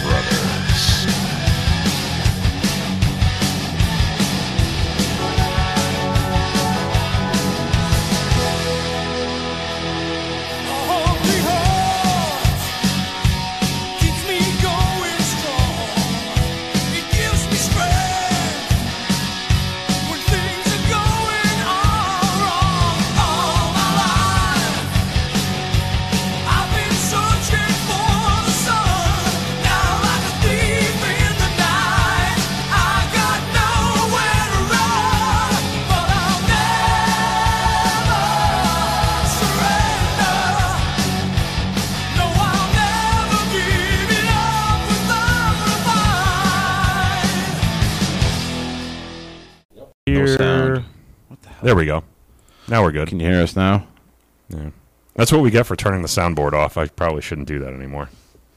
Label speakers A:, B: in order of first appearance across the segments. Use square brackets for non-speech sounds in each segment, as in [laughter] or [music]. A: brothers.
B: No sound.
C: Here. There we go. Now we're good.
B: Can you hear us now?
C: That's what we get for turning the soundboard off. I probably shouldn't do that anymore.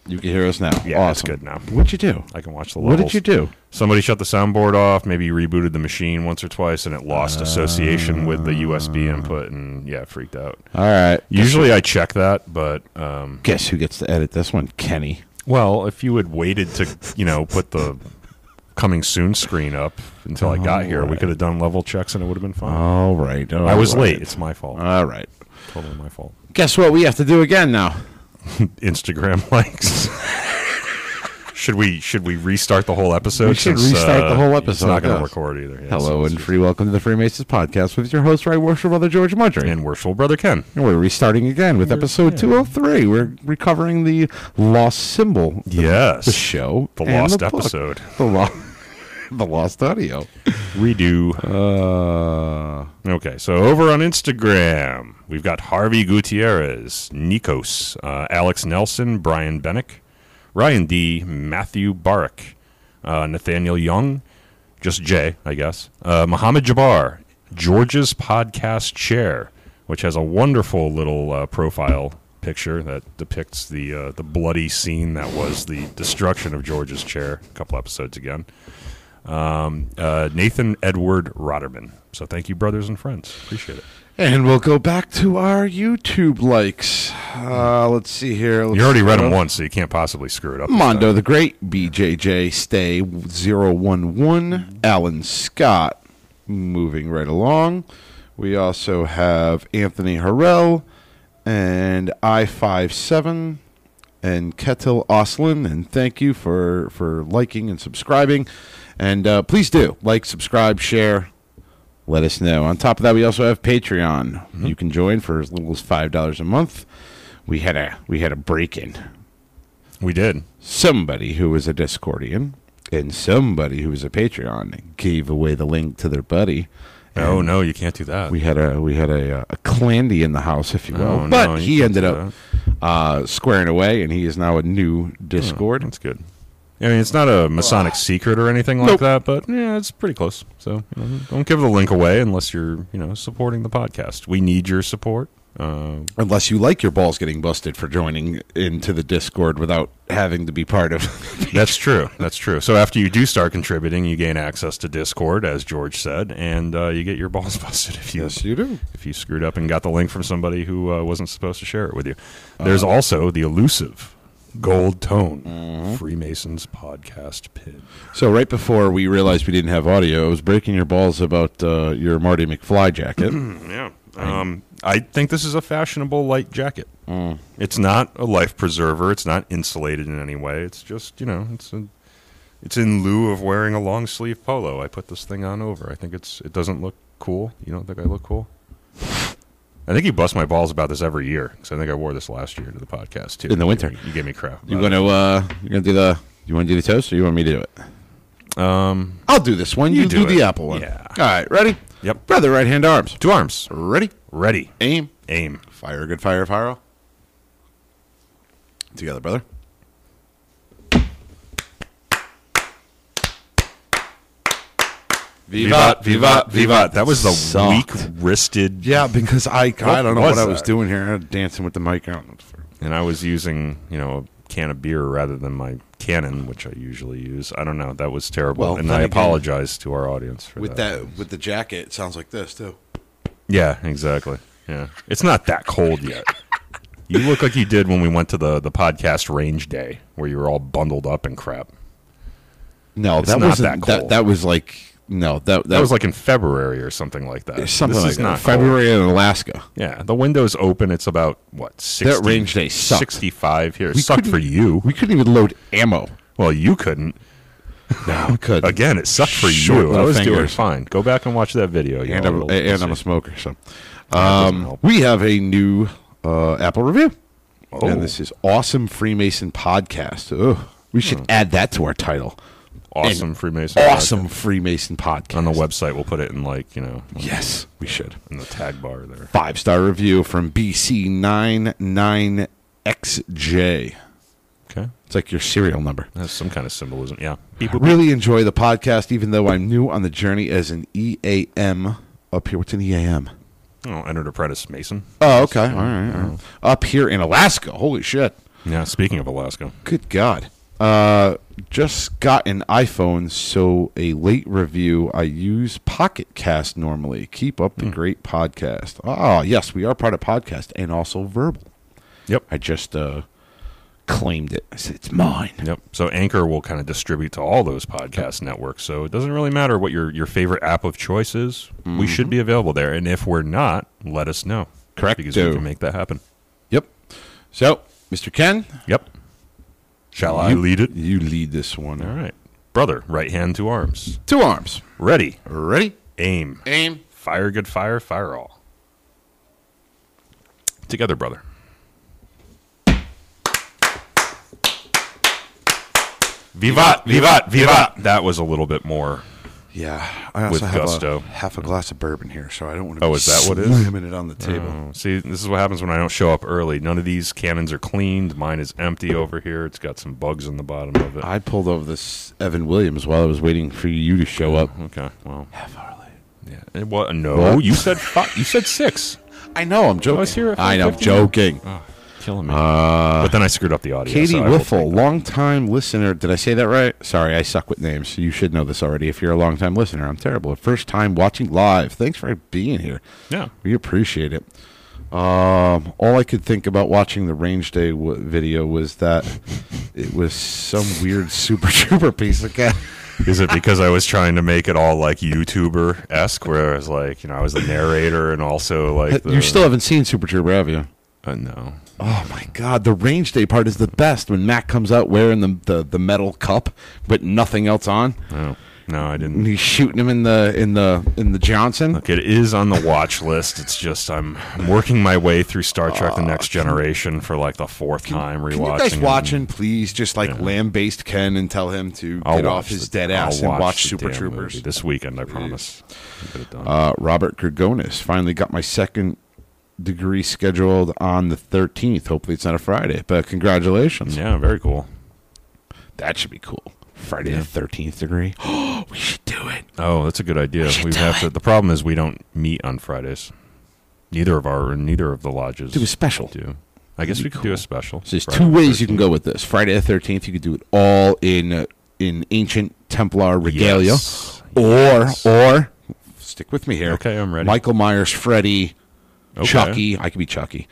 B: You can hear us now.
C: Yeah, that's
B: awesome.
C: good now.
B: What'd you do?
C: I can watch the
B: What
C: levels.
B: did you do?
C: Somebody shut the soundboard off. Maybe rebooted the machine once or twice, and it lost association with the USB input, and yeah, freaked out.
B: All right.
C: Usually I check that, but um,
B: guess who gets to edit this one? Kenny.
C: well, if you had waited to, you know, put the coming soon screen up until I got here, we
B: Alright.
C: could have done level checks, and it would have been fine.
B: All right. all
C: I was
B: right.
C: late. Uh, It's my fault.
B: All right.
C: totally my fault.
B: Guess what? We have to do again now.
C: Instagram [laughs] likes. should we should we restart the whole episode?
B: We should
C: since, uh,
B: restart the whole
C: It's not
B: episode,
C: going to
B: yes.
C: record either. Yeah,
B: Hello
C: so-
B: and free welcome to the Freemasons podcast with your host, Right Worship Brother George Mudry.
C: and worshipful brother Ken.
B: And we're restarting again with episode 203. We're recovering the lost symbol,
C: Yes,
B: the show,
C: The
B: and
C: lost
B: book.
C: episode.
B: the, lo- [laughs] the lost audio.
C: redo.
B: Uh,
C: Okay, so over on Instagram, we've got Harvey Gutierrez, Nikos, uh, Alex Nelson, Brian Bennick, Ryan D, Matthew Barak, uh, Nathaniel Young, just Jay, I guess, uh, Muhammad Jabbar, George's podcast chair, which has a wonderful little uh, profile picture that depicts the uh, the bloody scene that was the destruction of George's chair a couple episodes again. Um, uh, Nathan Edward Roderman. So thank you, brothers and friends. Appreciate it.
B: And we'll go back to our YouTube likes. Uh, let's see here. Let's
C: You already read them
B: Uh,
C: once, so you can't possibly screw it up. this
B: Mondo
C: time.
B: the Great, BJJ Stay 011, Alan Scott. Moving right along. We also have Anthony Harrell and I57 and Ketil Oslin. And thank you for, for liking and subscribing. And uh, please do like, subscribe, share, let us know. On top of that, we also have Patreon. You can join for as little as five dollars a month. We had a we had a break in.
C: We did.
B: Somebody who was a Discordian and somebody who was a Patreon gave away the link to their buddy.
C: Oh
B: And
C: no, you can't do that.
B: We had a we had a, uh, a clandy in the house, if you will.
C: Oh, no,
B: but
C: you
B: he
C: can't
B: ended
C: do
B: up uh, squaring away, and he is now a new Discord.
C: Oh. That's good. I mean, it's not a Masonic secret or anything like
B: Nope.
C: that, but yeah, it's pretty close. So you know, don't give the link away unless you're, you know, supporting the podcast. We need your support.
B: [laughs]
C: Uh,
B: Unless you like your balls getting busted for joining into the Discord without having to be part of [laughs]
C: that's true. That's true. So after you do start contributing, you gain access to Discord, as George said, and uh, you get your balls [laughs] busted if you
B: you do.
C: if you screwed up and got the link from somebody who uh, wasn't supposed to share it with you. There's also the elusive gold tone Freemasons podcast pin.
B: So right before we realized we didn't have audio, I was breaking your balls about uh, your Marty McFly jacket.
C: [clears throat] Yeah. Um, I think this is a fashionable light jacket.
B: Mm.
C: It's not a life preserver. It's not insulated in any way. It's just you know, it's a, it's in lieu of wearing a long sleeve polo. I put this thing on over. I think it's it doesn't look cool. You don't think I look cool? I think you bust my balls about this every year because I think I wore this last year to the podcast too.
B: In the winter.
C: you, you gave me crap.
B: you
C: about
B: gonna uh, you gonna do the you want to do the toast or you want me to do it?
C: it. um,
B: I'll do this one. You,
C: do
B: do,
C: it.
B: the apple one.
C: Yeah.
B: All right. Ready?
C: Yep.
B: Brother, right hand arms.
C: two arms,
B: Ready?
C: ready,
B: Aim.
C: aim.
B: Fire. Good fire. Fire. Together, brother. Vivat, vivat, vivat.
C: That was the
B: Sucked.
C: weak-wristed
B: Yeah, because I I don't know
C: was
B: what I was
C: that?
B: doing here, dancing with the mic out.
C: and I was using you know a can of beer rather than my Canon, which I usually use. I don't know. That was terrible,
B: Well,
C: and
B: then
C: I
B: again-
C: apologize to our audience for
B: With
C: that.
B: that, with the jacket, it sounds like this too.
C: Yeah, exactly. Yeah, it's not that cold yet. You look like you did when we went to the the podcast range day, where you were all bundled up and crap.
B: No,
C: It's
B: that
C: not
B: wasn't
C: that
B: that, that.
C: cold.
B: was like no. That that,
C: That was like in February or something like that.
B: something
C: This
B: like
C: is
B: that.
C: not cold.
B: February in Alaska.
C: Yeah, the window's open. It's about what 60,
B: range day sucked.
C: sixty-five here. It sucked
B: couldn't-
C: for you.
B: We couldn't even load ammo.
C: Well, you couldn't.
B: No, we could.
C: Again, it sucked for
B: Short
C: you. I
B: little
C: was doing
B: fingers.
C: fine. Go back and watch that video. you
B: and
C: know,
B: I'm,
C: it'll-
B: and
C: you'll
B: I'm a
C: Oh, see.
B: smoker. So
C: doesn't
B: um,
C: help.
B: we have a new uh, Apple review,
C: Oh.
B: and this is awesome Freemason podcast. Ugh, we should
C: Hmm.
B: add that to our title.
C: awesome Freemason.
B: Awesome Freemason podcast
C: podcast. On the website, we'll put it in like you know
B: Yes, we should.
C: in the tag bar there.
B: Five star review from BC99XJ.
C: Okay,
B: It's like your serial number.
C: that's some kind of symbolism. Yeah,
B: I really enjoy the podcast, even though I'm new on the journey as an EAM up here. What's an EAM?
C: oh, entered apprentice Mason.
B: Oh, okay. All right, all right. Up here in Alaska. Holy shit.
C: Yeah, speaking of Alaska,
B: Good God. Uh, just got an iPhone, so a late review. I use Pocket Cast normally. Keep up the great podcast. Ah, yes, we are part of podcast and also verbal.
C: yep,
B: I just uh, claimed it. I said it's mine.
C: Yep. So Anchor will kind of distribute to all those podcast networks. So it doesn't really matter what your, your favorite app of choice is.
B: Mm-hmm.
C: We should be available there. And if we're not, let us know.
B: Correct.
C: Because
B: Do.
C: we can make that happen.
B: Yep. So, Mr. Ken,
C: Yep. Shall I
B: You-
C: lead it?
B: you lead this one.
C: All right. Brother, right hand, two arms.
B: Two arms.
C: Ready.
B: Ready?
C: Aim.
B: Aim.
C: Fire, good fire, fire all. Together, brother. Vivat, vivat, vivat. That was a little bit more
B: Yeah, I also
C: With
B: have a-
C: gusto.
B: half a glass of bourbon here, so I don't want to.
C: Oh, is that what it is?
B: it Uh-huh. on the table.
C: Oh, see, this is what happens when I don't show up early. None of these cannons are cleaned. Mine is empty over here. It's got some bugs in the bottom of it.
B: I pulled over this Evan Williams while I was waiting for you to show up.
C: okay, well,
B: Half hour late.
C: yeah. Eh, What? No,
B: What?
C: you said five. You said six.
B: Oh, I know. I'm joking.
C: I was here at
B: I know.
C: 5:15.
B: Joking.
C: Killing me. but then I screwed up the audio.
B: Uh, Katie
C: so I will
B: Wiffle,
C: take-
B: longtime listener. Did I say that right? Sorry, I suck with names. You should know this already. If you're a longtime listener, I'm terrible. at First time watching live. Thanks for being here.
C: Yeah.
B: We appreciate it. Um, all I could think about watching the range day w- video was [laughs] that it was some weird Super Trooper piece again.
C: Is it because I was trying to make it all like YouTuber esque, where I was like, you know, I was the narrator and also like the,
B: You still haven't seen Super Trooper, have you?
C: Uh, no.
B: Oh my god, the range day part is the best when Matt comes out wearing the the, the metal cup with nothing else on.
C: No. No, I didn't.
B: And he's shooting him in the in the in the Johnson.
C: Look, it is on the watch list. It's just I'm, I'm working my way through Star Trek: The Next Generation for like the fourth time rewatching.
B: Can you guys
C: it.
B: watch him, please? Just like lambaste Ken and tell him to
C: I'll
B: get
C: watch
B: off his
C: the-
B: dead
C: I'll
B: ass and watch
C: the
B: Super
C: damn
B: Troopers.
C: movie this weekend. I promise. I'll get it done.
B: Uh, Robert Gergonis finally got my second degree scheduled on the 13th. Hopefully, it's not a Friday, but congratulations.
C: yeah, very cool.
B: That should be cool. Friday the 13th degree. [gasps] we should do it.
C: Oh, that's a good idea.
B: should
C: We
B: do
C: have to.
B: it.
C: The problem is we don't meet on Fridays. Neither of our neither of the lodges
B: Do a special.
C: do. I guess we could do a special.
B: So there's
C: Friday
B: two
C: the
B: ways you
C: 13th.
B: can go with this. Friday the 13th, you could do it all in uh, in ancient Templar regalia,
C: Yes.
B: or
C: Yes.
B: or stick with me here.
C: Okay, I'm ready.
B: Michael Myers, Freddy,
C: Okay.
B: Chucky. I could be Chucky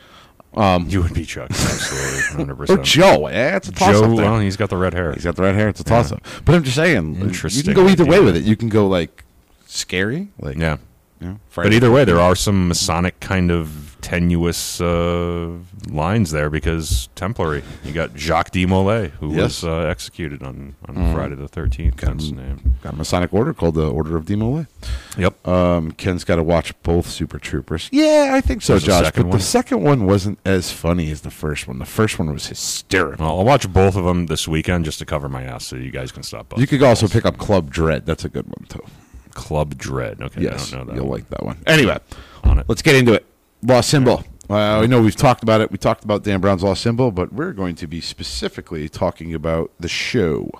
C: [laughs] You would be Chucky,
B: [laughs]
C: absolutely, hundred
B: or
C: percent.
B: Joe. Eh, it's a toss
C: Joe,
B: up there.
C: well, he's got the red hair.
B: He's got the red hair. It's a toss up. But I'm just saying, you
C: Interesting
B: can go either way
C: idea.
B: with it. You can go like scary, like
C: yeah.
B: you know,
C: But
B: Friday.
C: either way, there are some Masonic kind of tenuous uh, lines there because Templary. You got Jacques de Molay, who
B: Yes. Mm-hmm.
C: was uh, executed on, on Friday the 13th. That's his name.
B: got a Masonic order called the Order of Demolay.
C: Yep.
B: Um, Ken's got to watch both Super Troopers. Yeah, I think so,
C: There's a
B: Josh.
C: second
B: But
C: one?
B: the second one wasn't as funny as the first one. The first one was hysterical.
C: well, I'll watch both of them this weekend just to cover my ass so you guys can stop by.
B: You could also pick up Club Dread. That's a good one too.
C: Club Dread. Okay,
B: Yes,
C: I don't know that.
B: you'll like that one. Anyway,
C: on it.
B: let's get into it. Lost symbol. Well, I know we've talked about it. We talked about Dan Brown's lost symbol, but we're going to be specifically talking about the show.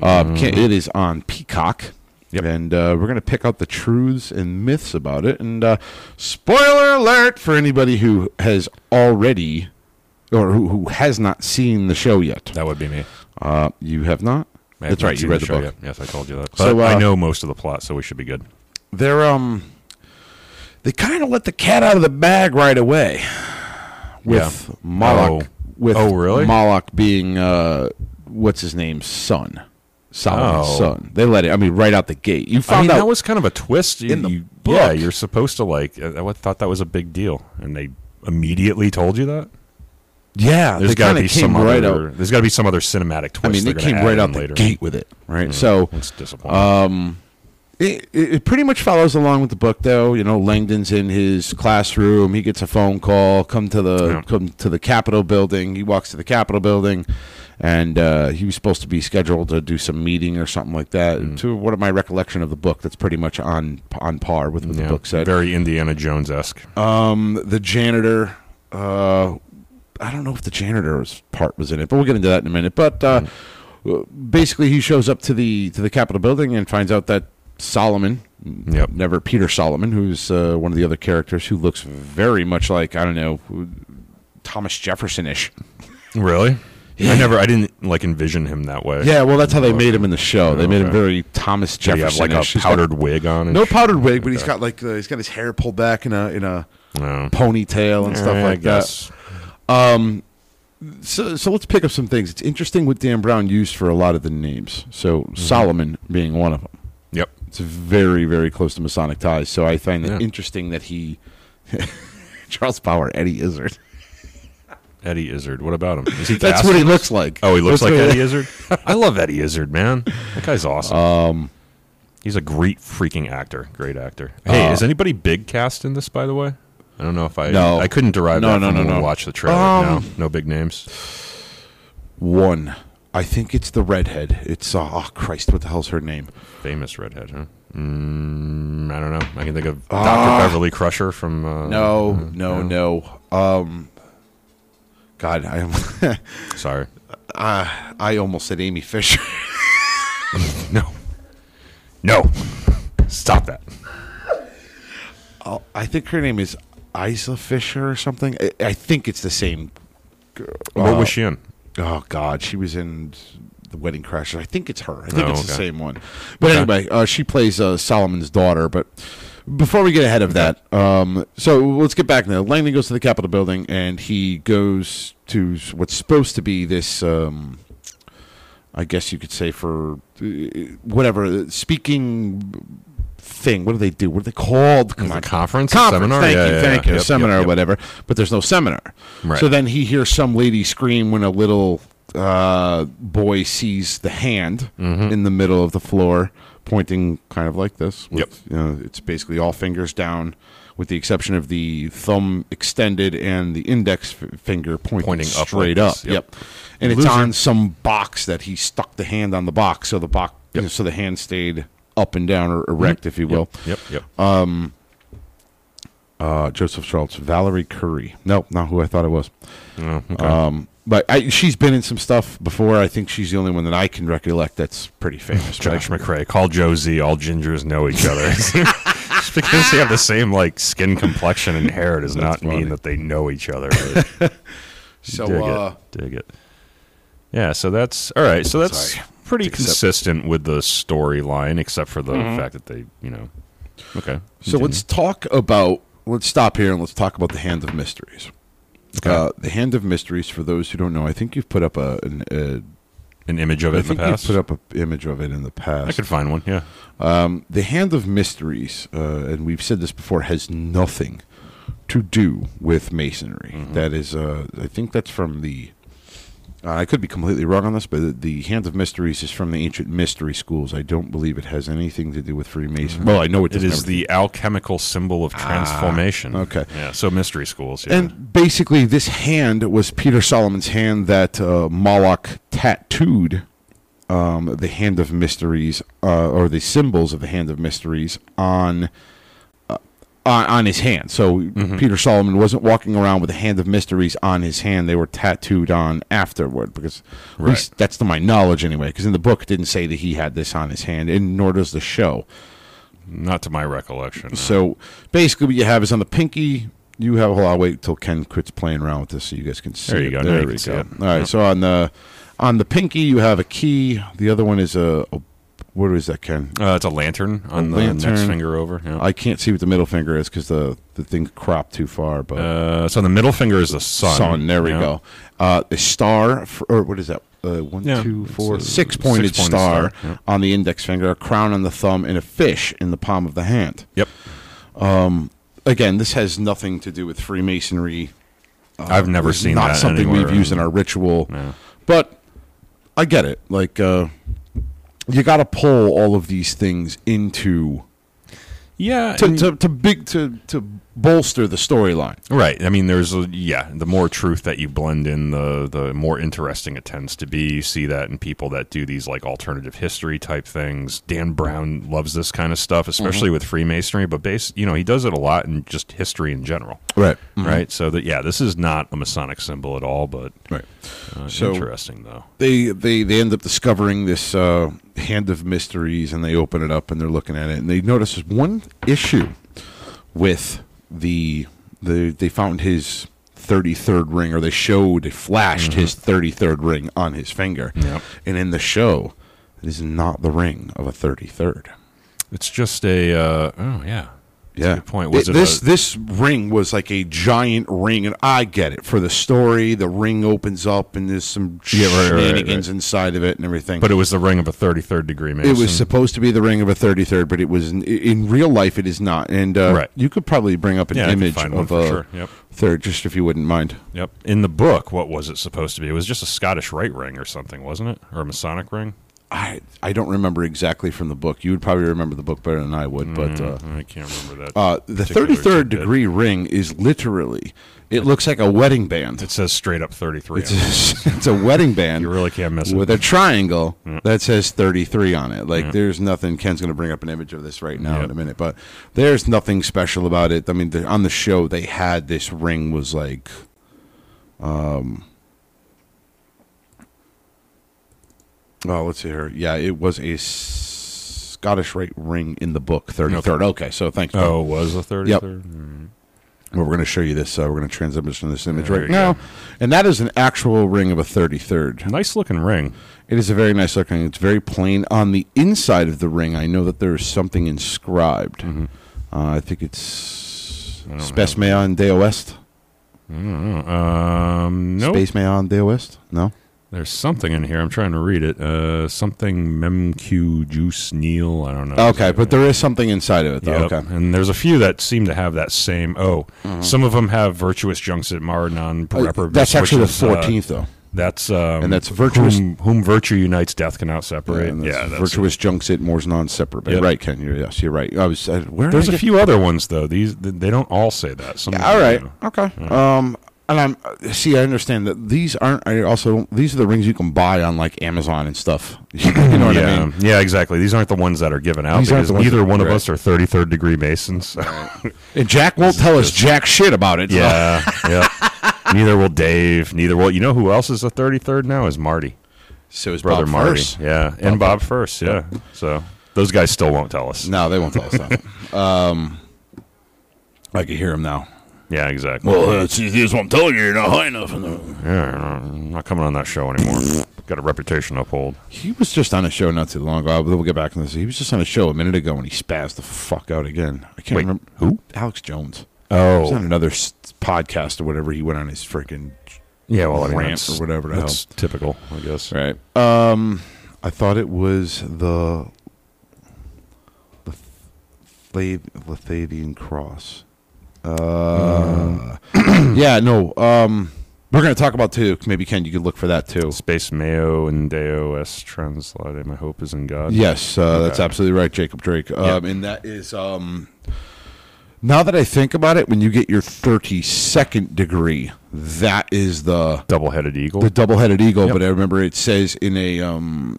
B: Um, can- it is on Peacock,
C: Yep.
B: and uh, we're going to pick out the truths and myths about it. And uh, spoiler alert for anybody who has already or who, who has not seen the show yet.
C: That would be me.
B: Uh, you have not.
C: I have
B: That's
C: not
B: right. You
C: seen
B: read the,
C: show yet.
B: book.
C: Yes, I told you that. But
B: So, uh,
C: I know most of the plot, so we should be good.
B: They're um They kind of let the cat out of the bag right away with Moloch.
C: Oh.
B: With
C: Oh, really?
B: Moloch being uh, what's his name's son, Solomon's
C: Oh.
B: son. They let it. I mean, right out the gate. You
C: I
B: found
C: mean,
B: out
C: that was kind of a twist. You-
B: in the
C: you- Yeah,
B: book.
C: you're supposed to like. I I thought that was a big deal, and they immediately told you that. There's
B: Yeah, Uh, they
C: got to
B: kinda
C: be
B: came
C: some
B: right
C: other.
B: out.
C: There's got to be some other cinematic twist.
B: I mean,
C: they're
B: they
C: gonna
B: came
C: add
B: right
C: in
B: out the Uh,
C: later.
B: gate with it, right?
C: Mm,
B: So
C: it's disappointing.
B: it, it it pretty much follows along with the book, though. You know, Langdon's in his classroom. He gets a phone call. Come to the
C: Yeah.
B: come to the Capitol building. He walks to the Capitol building, and uh, he was supposed to be scheduled to do some meeting or something like that.
C: Mm.
B: To what my recollection of the book, that's pretty much on on par with what
C: Yeah,
B: the book said.
C: very Indiana Jones esque.
B: Um, the janitor. Uh, I don't know if the janitor's part was in it, but we'll get into that in a minute. But uh,
C: Mm.
B: basically, he shows up to the to the Capitol building and finds out that Solomon,
C: Yep.
B: never Peter Solomon, who's uh, one of the other characters who looks very much like I don't know who- Thomas Jefferson ish.
C: Really? I never. I didn't like envision him that way.
B: Yeah, well, that's how they made him in the show. They made him
C: Okay.
B: very Thomas
C: Did he have
B: Jefferson.
C: like a powdered wig on? And
B: no
C: sh-
B: powdered wig, but he's got like uh, he's got his hair pulled back in a in a
C: no.
B: ponytail and stuff
C: Eh, I
B: like that.
C: guess.
B: So, so let's pick up some things. It's interesting what Dan Brown used for a lot of the names. So Solomon being one of them.
C: Yep.
B: It's very, very close to Masonic ties. So I find it
C: Yeah.
B: interesting that he, [laughs] Charles Power, Eddie Izzard.
C: Eddie Izzard. What about him? Is he
B: That's
C: fast?
B: what he looks like.
C: Oh, he looks
B: That's
C: like
B: what
C: Eddie Izzard. [laughs] I love Eddie Izzard, man. That guy's awesome. Um, he's a great freaking actor. Great actor. Hey,
B: Uh,
C: is anybody big cast in this? By the way, I don't know if I.
B: No.
C: I couldn't derive
B: No,
C: that
B: no,
C: from
B: no,
C: when we
B: no.
C: watched the trailer.
B: Um,
C: no, no big names.
B: One, I think it's the redhead. It's uh, oh Christ, what the hell's her name?
C: Famous redhead, huh? Mm, I don't know. I can think of Doctor Beverly Crusher from. Uh,
B: No,
C: uh,
B: no, no. Um, God, I am.
C: Sorry.
B: [laughs] I almost said Amy Fisher. [laughs]
C: No. No. Stop that.
B: I'll- Oh, I think her name is Isla Fisher or something. I, I think it's the same.
C: what
B: Uh,
C: was she in?
B: Oh God, she was in the Wedding Crashers. I think it's her. I think
C: Oh,
B: it's the
C: okay.
B: same one. But
C: Okay.
B: anyway, uh, she plays uh, Solomon's daughter. But before we get ahead of that, um, so let's get back now. Langley goes to the Capitol building and he goes to what's supposed to be this. Um, I guess you could say for uh, whatever uh, speaking thing. What do they do? What are they called? Come
C: Is it
B: on,
C: a conference? A
B: conference.
C: seminar?
B: Thank
C: Yeah,
B: you,
C: yeah,
B: thank
C: yeah.
B: you.
C: Yep,
B: seminar,
C: yep,
B: or
C: yep.
B: whatever. But there's no seminar.
C: Right.
B: So then he hears some lady scream when a little uh, boy sees the hand
C: Mm-hmm.
B: in the middle of the floor, pointing kind of like this. With,
C: Yep.
B: You know, it's basically all fingers down, with the exception of the thumb extended and the index f- finger pointing,
C: Pointing up like
B: straight
C: this,
B: up.
C: yep.
B: yep. And it's
C: Loser.
B: on some box that he stuck the hand on the box, so the box, you know, so the hand stayed up and down or erect, if you will.
C: Mm-hmm. Yep. Yep.
B: Uh, Joseph Schultz, Valerie Curry. No, not who I thought it was.
C: Oh, okay.
B: Um, but I, she's been in some stuff before. I think she's the only one that I can recollect that's pretty famous. but I-
C: Josh McRae, call Josie. All gingers know each
B: [laughs]
C: other. Just because they have the same like skin complexion and hair does not
B: funny.
C: mean that they know each
B: [laughs]
C: other.
B: so
C: dig
B: uh,
C: it, dig it. Yeah, so that's all right. So that's
B: Sorry.
C: pretty
B: Except-
C: consistent with the storyline, except for the
B: Mm-hmm.
C: fact that they, you know, okay.
B: so
C: continue.
B: let's talk about. Let's stop here and let's talk about the Hand of Mysteries. Uh, the Hand of Mysteries, for those who don't know, I think you've put up a. An, a
C: an image of
B: I
C: it in the
B: think you've
C: past.
B: put up an image of it in the past.
C: I could find one. Yeah,
B: Um, the Hand of Mysteries, uh, and we've said this before, has nothing to do with masonry.
C: Mm-hmm.
B: That is, uh, I think that's from the. Uh, I could be completely wrong on this, but the Hand of Mysteries is from the ancient mystery schools. I don't believe it has anything to do with Freemasonry. Well, I know it
C: Mm-hmm. it
B: doesn't
C: is
B: have-
C: the alchemical symbol of transformation.
B: okay.
C: Yeah. So mystery schools. Yeah.
B: And basically, this hand was Peter Solomon's hand that uh, Moloch tattooed um, the hand of mysteries, uh, or the symbols of the hand of mysteries on. uh, On on his hand, so
C: Mm-hmm.
B: Peter Solomon wasn't walking around with the hand of mysteries on his hand. They were tattooed on afterward, because at
C: Right.
B: least that's to my knowledge anyway. Because in the book, it didn't say that he had this on his hand, and nor does the show.
C: not to my recollection.
B: So basically, what you have is on the pinky. You have. Hold on, I'll wait till Ken quits playing around with this so you guys can see.
C: There you
B: it.
C: go. Now
B: There
C: you
B: we
C: can see
B: go.
C: it.
B: All right. So on the on the pinky, you have a key. The other one is a, a- What is that, Ken?
C: Uh, it's a lantern on the next
B: lantern.
C: finger over. Yeah.
B: I can't see what the middle finger is because the the thing cropped too far. But
C: uh, so the middle finger is the sun.
B: sun. There we
C: Yeah.
B: go. Uh, a star, f or what is that? Uh, one,
C: Yeah,
B: two,
C: it's
B: four,
C: a
B: six pointed
C: six-pointed
B: star,
C: star, yeah.
B: on the index finger, a crown on the thumb, and a fish in the palm of the hand.
C: Yep.
B: Again, this has nothing to do with Freemasonry.
C: I've never
B: It's
C: seen
B: Uh, not
C: that
B: something
C: anywhere.
B: we've used in our ritual.
C: No.
B: But I get it. Like uh, you got to pull all of these things into
C: Yeah.
B: to,
C: and-
B: to, to big to to bolster the storyline.
C: Right. I mean, there's a, yeah. The more truth that you blend in, the the more interesting it tends to be. You see that in people that do these like alternative history type things. Dan Brown loves this kind of stuff, especially
B: Mm-hmm.
C: with Freemasonry. But base, you know, he does it a lot in just history in general.
B: Right.
C: Right. So that yeah, this is not a Masonic symbol at all, but
B: Right.
C: uh,
B: So-
C: interesting though.
B: they they they end up discovering this uh, hand of mysteries and they open it up and they're looking at it and they notice there's one issue with the the they found his 33rd ring or they showed they flashed his 33rd ring on his finger
C: Mm-hmm. Yep.
B: and in the show it is not the ring of a 33rd
C: It's just a uh, oh yeah. That's a
B: yeah
C: good point. Was it,
B: this
C: a-
B: this ring was like a giant ring and i get it for the story the ring opens up and there's some
C: Yeah, right, right, right,
B: shenanigans
C: right.
B: inside of it and everything
C: but it was the ring of a 33rd degree Mason.
B: It was supposed to be the ring of a 33rd, but it was in, in real life it is not. And uh,
C: Right.
B: you could probably bring up an
C: Yeah, I could
B: image
C: find one
B: of
C: for
B: a
C: sure. Yep.
B: third, just if you wouldn't mind.
C: Yep. In the book, what was it supposed to be? It was just a Scottish rite ring or something, wasn't it? Or a Masonic ring?
B: I I don't remember exactly from the book. You would probably remember the book better than I would, but. Uh,
C: I can't remember that.
B: uh, the
C: Mm-hmm. particular
B: 33rd
C: tidbit.
B: degree ring is literally, it looks like a wedding band.
C: It says straight up 33.
B: It's a, [laughs] it's a wedding band.
C: You really can't miss it.
B: with a triangle that says 33 on it. Like, there's nothing. Ken's going to bring up an image of this right now
C: Yep.
B: in a minute, but there's nothing special about it. I mean, the, on the show, they had this ring was like, um, oh, let's see here. Yeah, it was a s- Scottish right ring in the book, 33rd. Okay, so thank you.
C: oh, it was a 33rd?
B: Yep.
C: Mm.
B: Well, we're going to show you this. Uh, we're going to transition this image
C: There
B: right
C: you
B: now,
C: go.
B: and that is an actual ring of a 33rd.
C: Nice looking ring.
B: It is a very nice looking. It's very plain on the inside of the ring. I know that there is something inscribed. Uh, I think it's
C: Mm-hmm. I don't
B: Space Mayon de Oest.
C: I don't know. Um, nope.
B: Space Mayon de Oest. No.
C: There's something in here. I'm trying to read it. Uh, something memq juice neal. I don't know.
B: Okay, but there is something inside of it. Though.
C: Yep.
B: Okay. Mm-hmm.
C: And there's a few that seem to have that same. Oh, some of them have virtuous junction mar non
B: Uh,
C: reprobus.
B: that's
C: which
B: actually the
C: is, uh,
B: fourteenth, though.
C: That's um,
B: And that's virtuous-
C: Whom, whom virtue unites, death cannot separate. Yeah,
B: and
C: that's,
B: that's virtuous junks it mores non separate.
C: Yep.
B: Right, Ken? You're, yes, you're right. I was. I, where did
C: There's
B: I
C: a
B: get-
C: few other ones though. These th- they don't all say that. Some
B: Yeah,
C: of
B: all
C: them
B: right.
C: do.
B: Okay. Um, and I'm uh, see. I understand that these aren't. I also these are the rings you can buy on like Amazon and stuff. [laughs] you know what
C: yeah,
B: I mean?
C: yeah, exactly. These aren't the ones that are given out
B: These aren't
C: because
B: the ones
C: neither
B: that-
C: one of
B: right.
C: us are 33rd degree Masons.
B: [laughs]
C: so-
B: And Jack won't tell us jack shit about it.
C: [laughs]
B: so- [laughs]
C: yeah, yeah. Neither will Dave. Neither will you know who else is a 33rd now is Marty,
B: So is
C: brother
B: Bob
C: Marty.
B: First.
C: Yeah, and Bob first. Yeah. So those guys still won't tell us.
B: No, they won't tell us
C: [laughs]
B: that. um, I can hear him now.
C: Yeah, exactly.
B: Well, it's, here's what I'm telling you. You're not high enough.
C: yeah, I'm not coming on that show anymore.
B: [laughs]
C: Got a reputation to uphold.
B: He was just on a show not too long ago. We'll get back on this. He was just on a show a minute ago and he spazzed the fuck out again. I can't
C: Wait,
B: remember
C: who?
B: Alex Jones. He was on
C: Oh,
B: another s- podcast or whatever. He went on his freaking
C: yeah. Well, I mean,
B: rant or
C: that's-
B: whatever the hell.
C: That's typical, I guess.
B: Right. Um, I thought it was the the Th- Lathavian cross. Uh, [clears throat] yeah, no. Um, we're gonna talk about too. Maybe Ken, you could look for that too.
C: Space Mayo and Deo S Translade. My hope is in God.
B: Yes, uh, that's
C: Okay.
B: absolutely right, Jacob Drake. Um,
C: Yep.
B: And that is um. Now that I think about it, when you get your thirty-second degree, that is the
C: Double-headed eagle.
B: the double-headed eagle.
C: Yep.
B: But I remember it says in a um,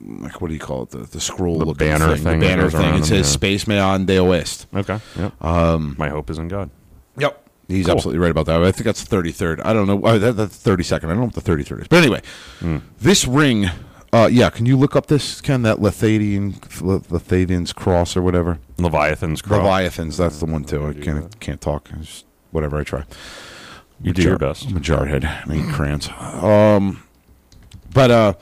B: like what do you call it? The the scroll
C: The
B: looking
C: banner thing
B: the
C: that
B: banner
C: goes
B: thing.
C: around
B: It says
C: them, yeah.
B: Space Mayon de Oest.
C: okay. Yep. Um, my hope is in God.
B: Yep. He's
C: Cool.
B: absolutely right about that. I think that's thirty third. I don't know. Uh, that, that's thirty second. I don't know what the thirty third is. But anyway,
C: Hmm.
B: this ring. Uh, yeah, can you look up this Ken that Lethadian Lethavian's cross or whatever?
C: Leviathan's cross.
B: Leviathans. That's the one too. I can't can't talk. I just- whatever I try.
C: you do your best.
B: I'm a jarhead. I need crayons. Um, but uh,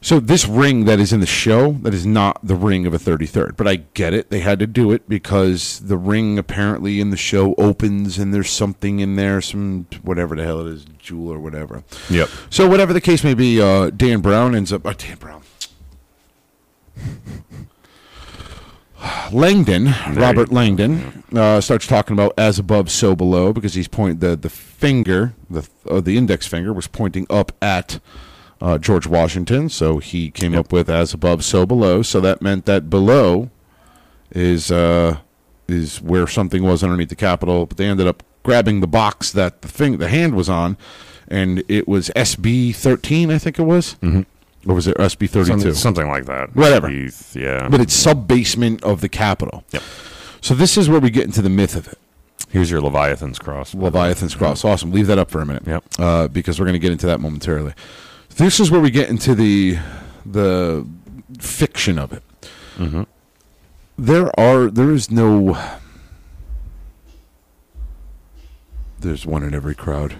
B: So this ring that is in the show that is not the ring of a 33rd, but I get it. They had to do it because the ring apparently in the show opens and there's something in there, some whatever the hell it is, jewel or whatever.
C: Yep.
B: So whatever the case may be, uh, Dan Brown ends up. Uh, Dan Brown. Langdon, Robert Langdon, uh, starts talking about as above, so below, because he's point the the finger, the uh, the index finger was pointing up at uh, George Washington, so he came up with as above, so below. So that meant that below is uh, is where something was underneath the Capitol, but they ended up grabbing the box that the thing the hand was on, and it was SB thirteen, I think it was, mm-hmm. or was it SB thirty
C: Something,
B: two?
C: something like that.
B: Whatever.
C: Heath, yeah.
B: But it's sub basement of the Capitol.
C: Yep.
B: So this is where we get into the myth of it.
C: Here's your Leviathan's cross.
B: Leviathan's Cross. Awesome. Leave that up for a minute.
C: Yep.
B: Uh, because we're going to get into that momentarily. This is where we get into the the fiction of it.
C: Mm-hmm.
B: There are there is no. There's one in every crowd.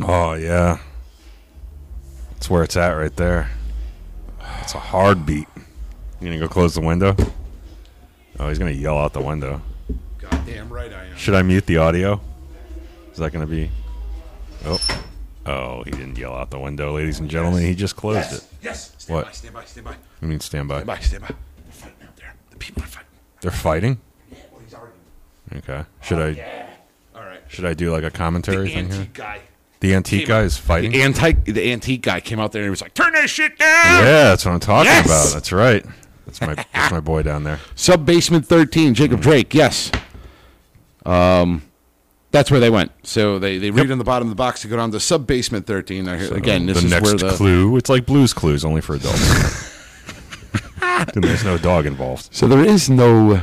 C: Oh yeah. That's where it's at right there. It's a hard beat. You gonna go close the window? Oh, he's gonna yell out the window.
B: Goddamn right I am.
C: Should I mute the audio? Is that gonna be? Oh, oh, he didn't yell out the window, ladies and gentlemen. He just closed it.
B: Yes. Stand
C: What? by,
B: Stand by. Stand by.
C: I mean, stand by.
B: Stand by. They're fighting out there. The people are fighting.
C: They're fighting.
B: Well, he's already.
C: Okay. Should I
B: All right.
C: should I do like a commentary thing here?
B: guy.
C: The antique guy is fighting.
B: The antique, the antique guy came out there and he was like, "Turn that shit down."
C: yeah, that's what I'm talking
B: Yes!
C: about. That's right. That's my that's my boy down there.
B: Sub basement thirteen, Jacob Drake. Yes. Um, that's where they went. So they they read on the bottom of the box to go down to sub basement thirteen. Now, here- Again, this
C: Uh, the
B: is
C: next
B: where the
C: clue. It's like Blues Clues, only for adults.
B: [laughs]
C: and there's no dog involved.
B: so there is no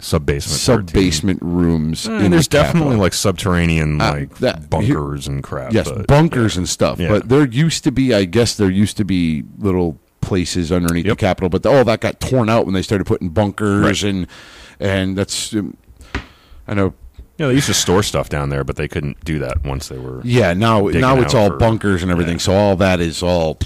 C: Sub basement.
B: sub basement rooms. in
C: And there's
B: the Capitol.
C: definitely like subterranean
B: Uh,
C: like
B: that-
C: bunkers and crap.
B: yes
C: but-
B: bunkers and stuff.
C: Yeah.
B: But there used to be, I guess, there used to be little places underneath
C: Yep.
B: the Capitol. But all that got torn out when they started putting bunkers and and that's. um, I know
C: yeah, they used to store stuff down there, but they couldn't do that once they were.
B: Yeah, now
C: digging
B: now it's
C: out
B: all
C: for-
B: bunkers and everything. So all that is all.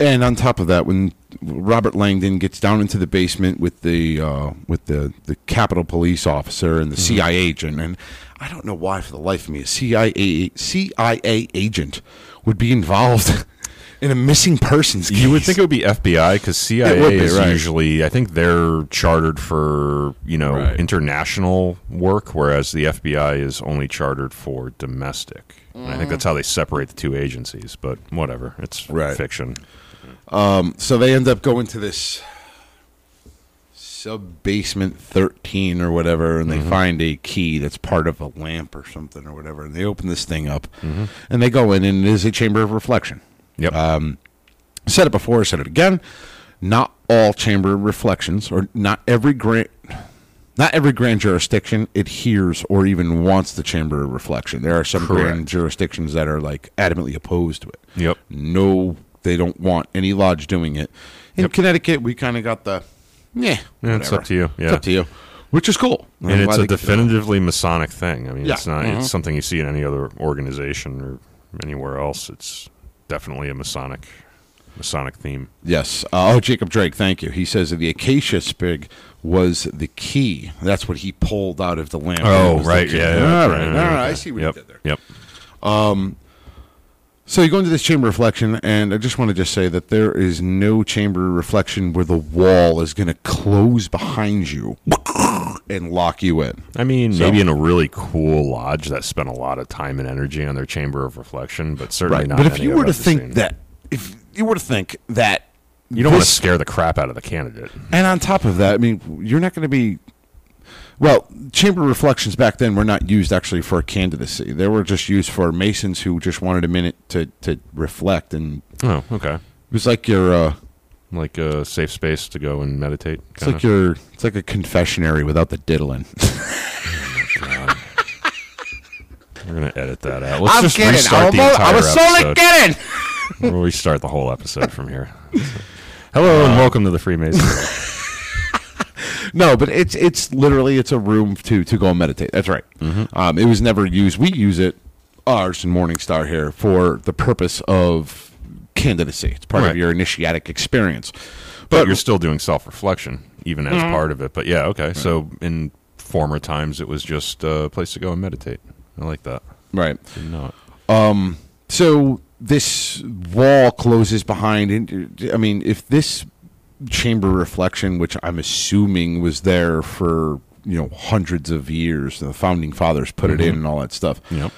B: And on top of that, when Robert Langdon gets down into the basement with the uh, with the the Capitol Police officer and the
C: Mm-hmm.
B: CIA agent, and I don't know why for the life of me a CIA CIA agent would be involved [laughs] in a missing persons case.
C: You would think it would be FBI because CIA
B: It would be,
C: is
B: right.
C: usually, I think they're chartered for you know
B: Right.
C: international work, whereas the FBI is only chartered for domestic. And
B: Mm.
C: I think that's how they separate the two agencies. But whatever, it's
B: Right.
C: fiction.
B: so they end up going to this sub basement 13 or whatever and they find a key that's part of a lamp or something or whatever and they open this thing up and they go in and it is a chamber of reflection
C: Yep.
B: Um, said it before said it again not all chamber of reflections or not every grant not every grand jurisdiction adheres or even wants the chamber of reflection there are some grand
C: Correct.
B: jurisdictions that are like adamantly opposed to it
C: Yep.
B: no, they don't want any lodge doing it. In
C: Yep.
B: Connecticut, we kind of got the yeah.
C: Yeah, it's
B: whatever.
C: up to you,
B: It's
C: yeah.
B: up to you, which is cool.
C: and
B: Why
C: it's a
B: they-
C: definitively Masonic thing. I mean,
B: Yeah. Mm-hmm.
C: it's not it's something you see in any other organization or anywhere else. It's definitely a Masonic Masonic theme.
B: Yes. Uh, oh, Jacob Drake, thank you. He says that the acacia sprig was the key. That's what he pulled out of the lamp.
C: Oh,
B: It was the key. All right. All right. I see what
C: yep.
B: you did there.
C: Yep.
B: So you go into this chamber of reflection, and I just want to just say that there is no chamber of reflection where the wall is going to close behind you [coughs] and lock you in.
C: I mean,
B: So-
C: maybe in a really cool lodge that spent a lot of time and energy on their chamber of reflection, but certainly not.
B: But if
C: any
B: you
C: I've
B: were to
C: ever
B: think
C: seen.
B: that, if you were to think that,
C: you don't want to
B: this-
C: scare the crap out of the candidate.
B: and on top of that, I mean, you're not going to be. Well, chamber of reflections back then were not used actually for candidacy. They were just used for masons who just wanted a minute to, to reflect, and
C: Oh, okay.
B: it was like your uh,
C: Like a safe space to go and meditate.
B: it's
C: kinda.
B: like your it's like a confessionary without the diddling.
C: We're gonna edit that out. Let's just restart the entire episode.
B: kidding.
C: We'll restart the whole episode from here. Hello and welcome to the
B: [laughs]
C: Freemason.
B: No, but it's
C: Mm-hmm.
B: it's literally it's a room to to go and meditate. That's right. Um, it was never used. We use it ours in Morningstar here for the purpose of candidacy. It's part
C: Right.
B: of your initiatic experience.
C: But
B: But,
C: you're still doing self reflection, even
B: Mm-hmm.
C: as part of it. But yeah, okay. So in former times, it was just a place to go and meditate. I like that.
B: right.
C: Didn't know it.
B: So this wall closes behind. And, I mean, if this chamber reflection, which I'm assuming was there for you know hundreds of years, the founding fathers put
C: Mm-hmm.
B: it in and all that stuff.
C: Yep.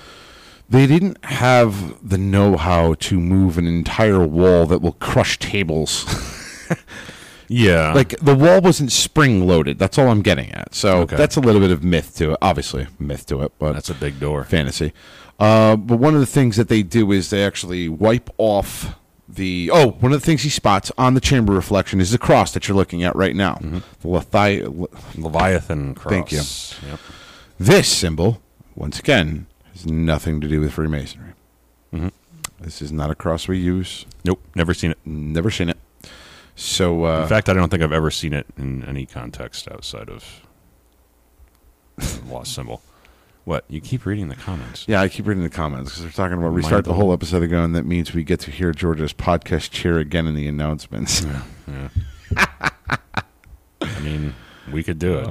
B: They didn't have the know-how to move an entire wall that will
C: [laughs]
B: crush tables.
C: Yeah.
B: like the wall wasn't spring-loaded. That's all I'm getting at. So
C: Okay.
B: that's a little bit of myth to it. Obviously, myth to it, but
C: that's a big door.
B: fantasy. Uh, but one of the things that they do is they actually wipe off the. Oh, one of the things he spots on the chamber reflection is the cross that you're looking at right now.
C: Mm-hmm.
B: The Lethi- Le-
C: Leviathan cross.
B: Thank you.
C: Yep.
B: this symbol, once again, has nothing to do with Freemasonry.
C: Mm-hmm.
B: This is not a cross we use.
C: Nope. Never seen it.
B: Never seen it. So, uh,
C: In fact, I don't think I've ever seen it in any context outside of lost symbol. What? You keep reading the comments.
B: yeah, I keep reading the comments because they're talking about
C: Mind
B: restart the
C: blown.
B: whole episode ago, and that means we get to hear Georgia's podcast cheer again in the announcements.
C: Yeah. I mean, we could do it.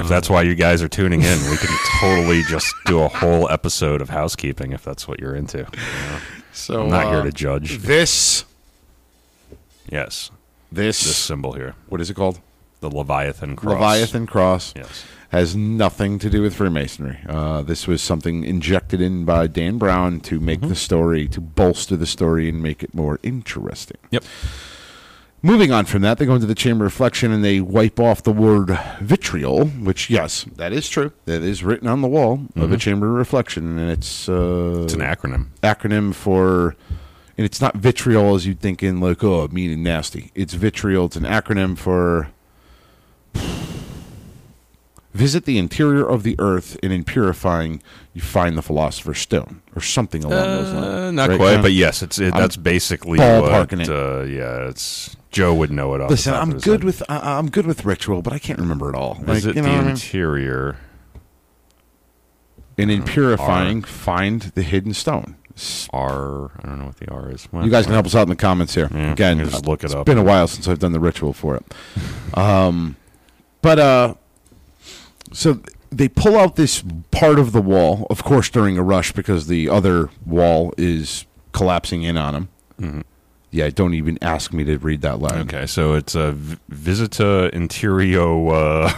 C: if that's why you guys are tuning in, we can totally just do a whole episode of housekeeping if that's what you're into. you know?
B: [laughs] so,
C: I'm not here
B: uh,
C: to judge.
B: This,
C: Yes.
B: this,
C: This symbol here,
B: what is it called?
C: the Leviathan cross.
B: Leviathan Cross
C: Yes.
B: has nothing to do with Freemasonry. Uh, this was something injected in by Dan Brown to
C: Mm-hmm.
B: make the story, to bolster the story and make it more interesting.
C: Yep.
B: Moving on from that, they go into the Chamber of Reflection and they wipe off the word vitriol, which, yes, that is true. That is written on the wall of the Chamber of Reflection, and it's, uh,
C: Mm-hmm. It's an acronym.
B: acronym for and it's not vitriol as you'd think in like oh mean and nasty it's vitriol it's an acronym for visit the interior of the earth and in purifying you find the philosopher's stone or something along those
C: Uh,
B: lines
C: not
B: Right,
C: quite,
B: John?
C: but yes, it's it, that's basically what.
B: ballparking it.
C: Uh, yeah, it's Joe would know it. Off the
B: listen
C: top of
B: i'm
C: his
B: good
C: head.
B: with I, i'm good with ritual but i can't remember it all like,
C: Visit
B: you know
C: the
B: what I mean?
C: interior.
B: and in purifying find the hidden stone
C: R. I don't know what the R is. Well,
B: You guys can help us out in the comments here.
C: Yeah,
B: Again,
C: you just look it
B: it's
C: up.
B: been a while since I've done the ritual for
C: [laughs]
B: it. Um, but uh, so they pull out this part of the wall, of course, during a rush because the other wall is collapsing in on them.
C: Mm-hmm.
B: Yeah, don't even ask me to read that line.
C: Okay, so it's a v- Visita Interio uh,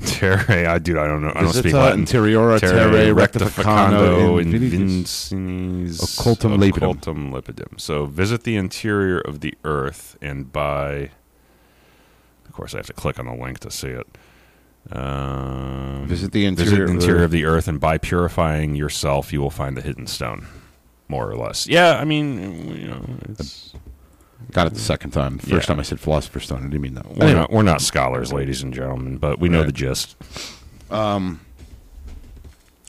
C: [laughs] Terre. I dude, I don't know. I don't
B: Visita
C: speak Latin.
B: uh, interiora terre rectificando invidius.
C: invincinis
B: Occultum lipidum.
C: occultum lipidum. So visit the interior of the earth and by. Of course, I have to click on the link to see it. Um,
B: Visit the
C: visit
B: interior.
C: the interior of the earth, and by purifying yourself, you will find the hidden stone. More or less. Yeah, I mean, you know, it's.
B: Got it the second time. First
C: Yeah.
B: time I said philosopher's stone. I didn't mean that.
C: We're,
B: Anyway.
C: not, we're not scholars, ladies and gentlemen, but we know
B: Right.
C: the gist.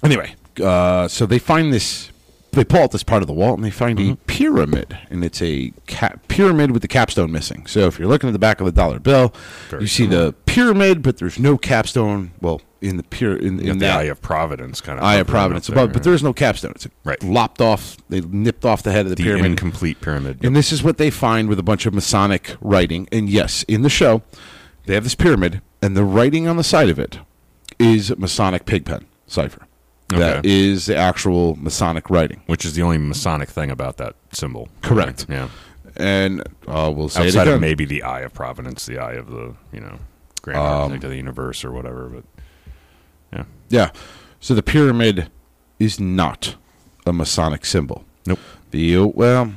B: Anyway, uh, so they find this. They pull out this part of the wall and they find
C: Mm-hmm.
B: a pyramid, and it's a ca- pyramid with the capstone missing. So if you're looking at the back of the dollar bill,
C: Very
B: you see the pyramid, but there's no capstone. Well, in the pyra- in,
C: You got the
B: in that
C: Eye of Providence kind of
B: eye of Providence above, but there's no capstone. It's
C: Right.
B: lopped off. They nipped off the head of the,
C: the
B: pyramid.
C: incomplete pyramid.
B: And this is what they find with a bunch of Masonic writing. And yes, in the show, they have this pyramid, and the writing on the side of it is Masonic pigpen cipher. That
C: Okay.
B: is the actual Masonic writing.
C: which is the only Masonic thing about that symbol.
B: Correct.
C: Yeah.
B: And uh, we'll say
C: Outside
B: it
C: of
B: again.
C: maybe the Eye of Providence, the Eye of the you know Grand
B: Um,
C: Architect of the Universe or whatever, but yeah,
B: yeah. So the pyramid is not a Masonic symbol.
C: nope.
B: The uh, well,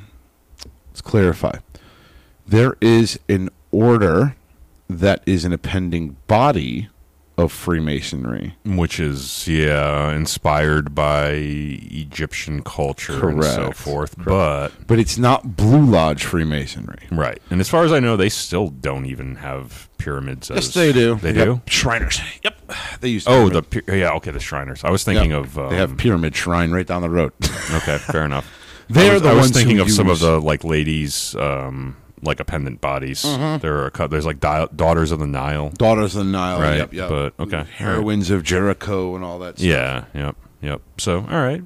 B: let's clarify. There is an order that is an appending body of Freemasonry.
C: Which is yeah inspired by Egyptian culture and so
B: Correct.
C: forth,
B: but it's not Blue Lodge Freemasonry.
C: but right. And as far as I know, they still don't even have pyramids. as- They
B: Yep.
C: do.
B: Shriners. Yep, they used.
C: Oh,
B: pyramid.
C: the pyr- yeah, okay, the Shriners. I was thinking
B: Yep.
C: of um,
B: they have pyramid shrine right down the road. [laughs]
C: Okay, fair [laughs] enough.
B: They're
C: I was,
B: the
C: I was
B: ones who
C: thinking of some of
B: use-
C: the like ladies, um, like appendant bodies. There are a cou- there's like di- daughters of the Nile.
B: Daughters of the Nile.
C: Right,
B: Yep, yep.
C: but- okay.
B: Heroines of Jericho and all that. Stuff.
C: Yeah. Yep. Yep. So all right.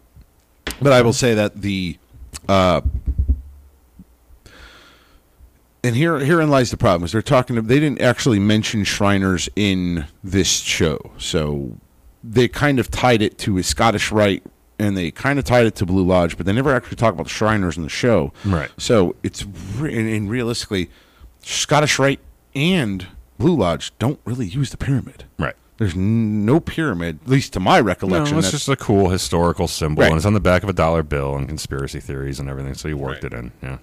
B: But I will say that the uh, and here herein lies the problem is they're talking to, they didn't actually mention Shriners in this show. So they kind of tied it to a Scottish Rite and they kind of tied it to Blue Lodge, but they never actually talk about the Shriners in the show.
C: Right.
B: So it's re- and, and realistically Scottish Rite and Blue Lodge don't really use the pyramid.
C: Right.
B: There's n- no pyramid, at least to my
C: No,
B: recollection.
C: it's
B: that's-
C: just a cool historical symbol,
B: Right.
C: and it's on the back of a dollar bill and conspiracy theories and everything. So you worked it in, yeah.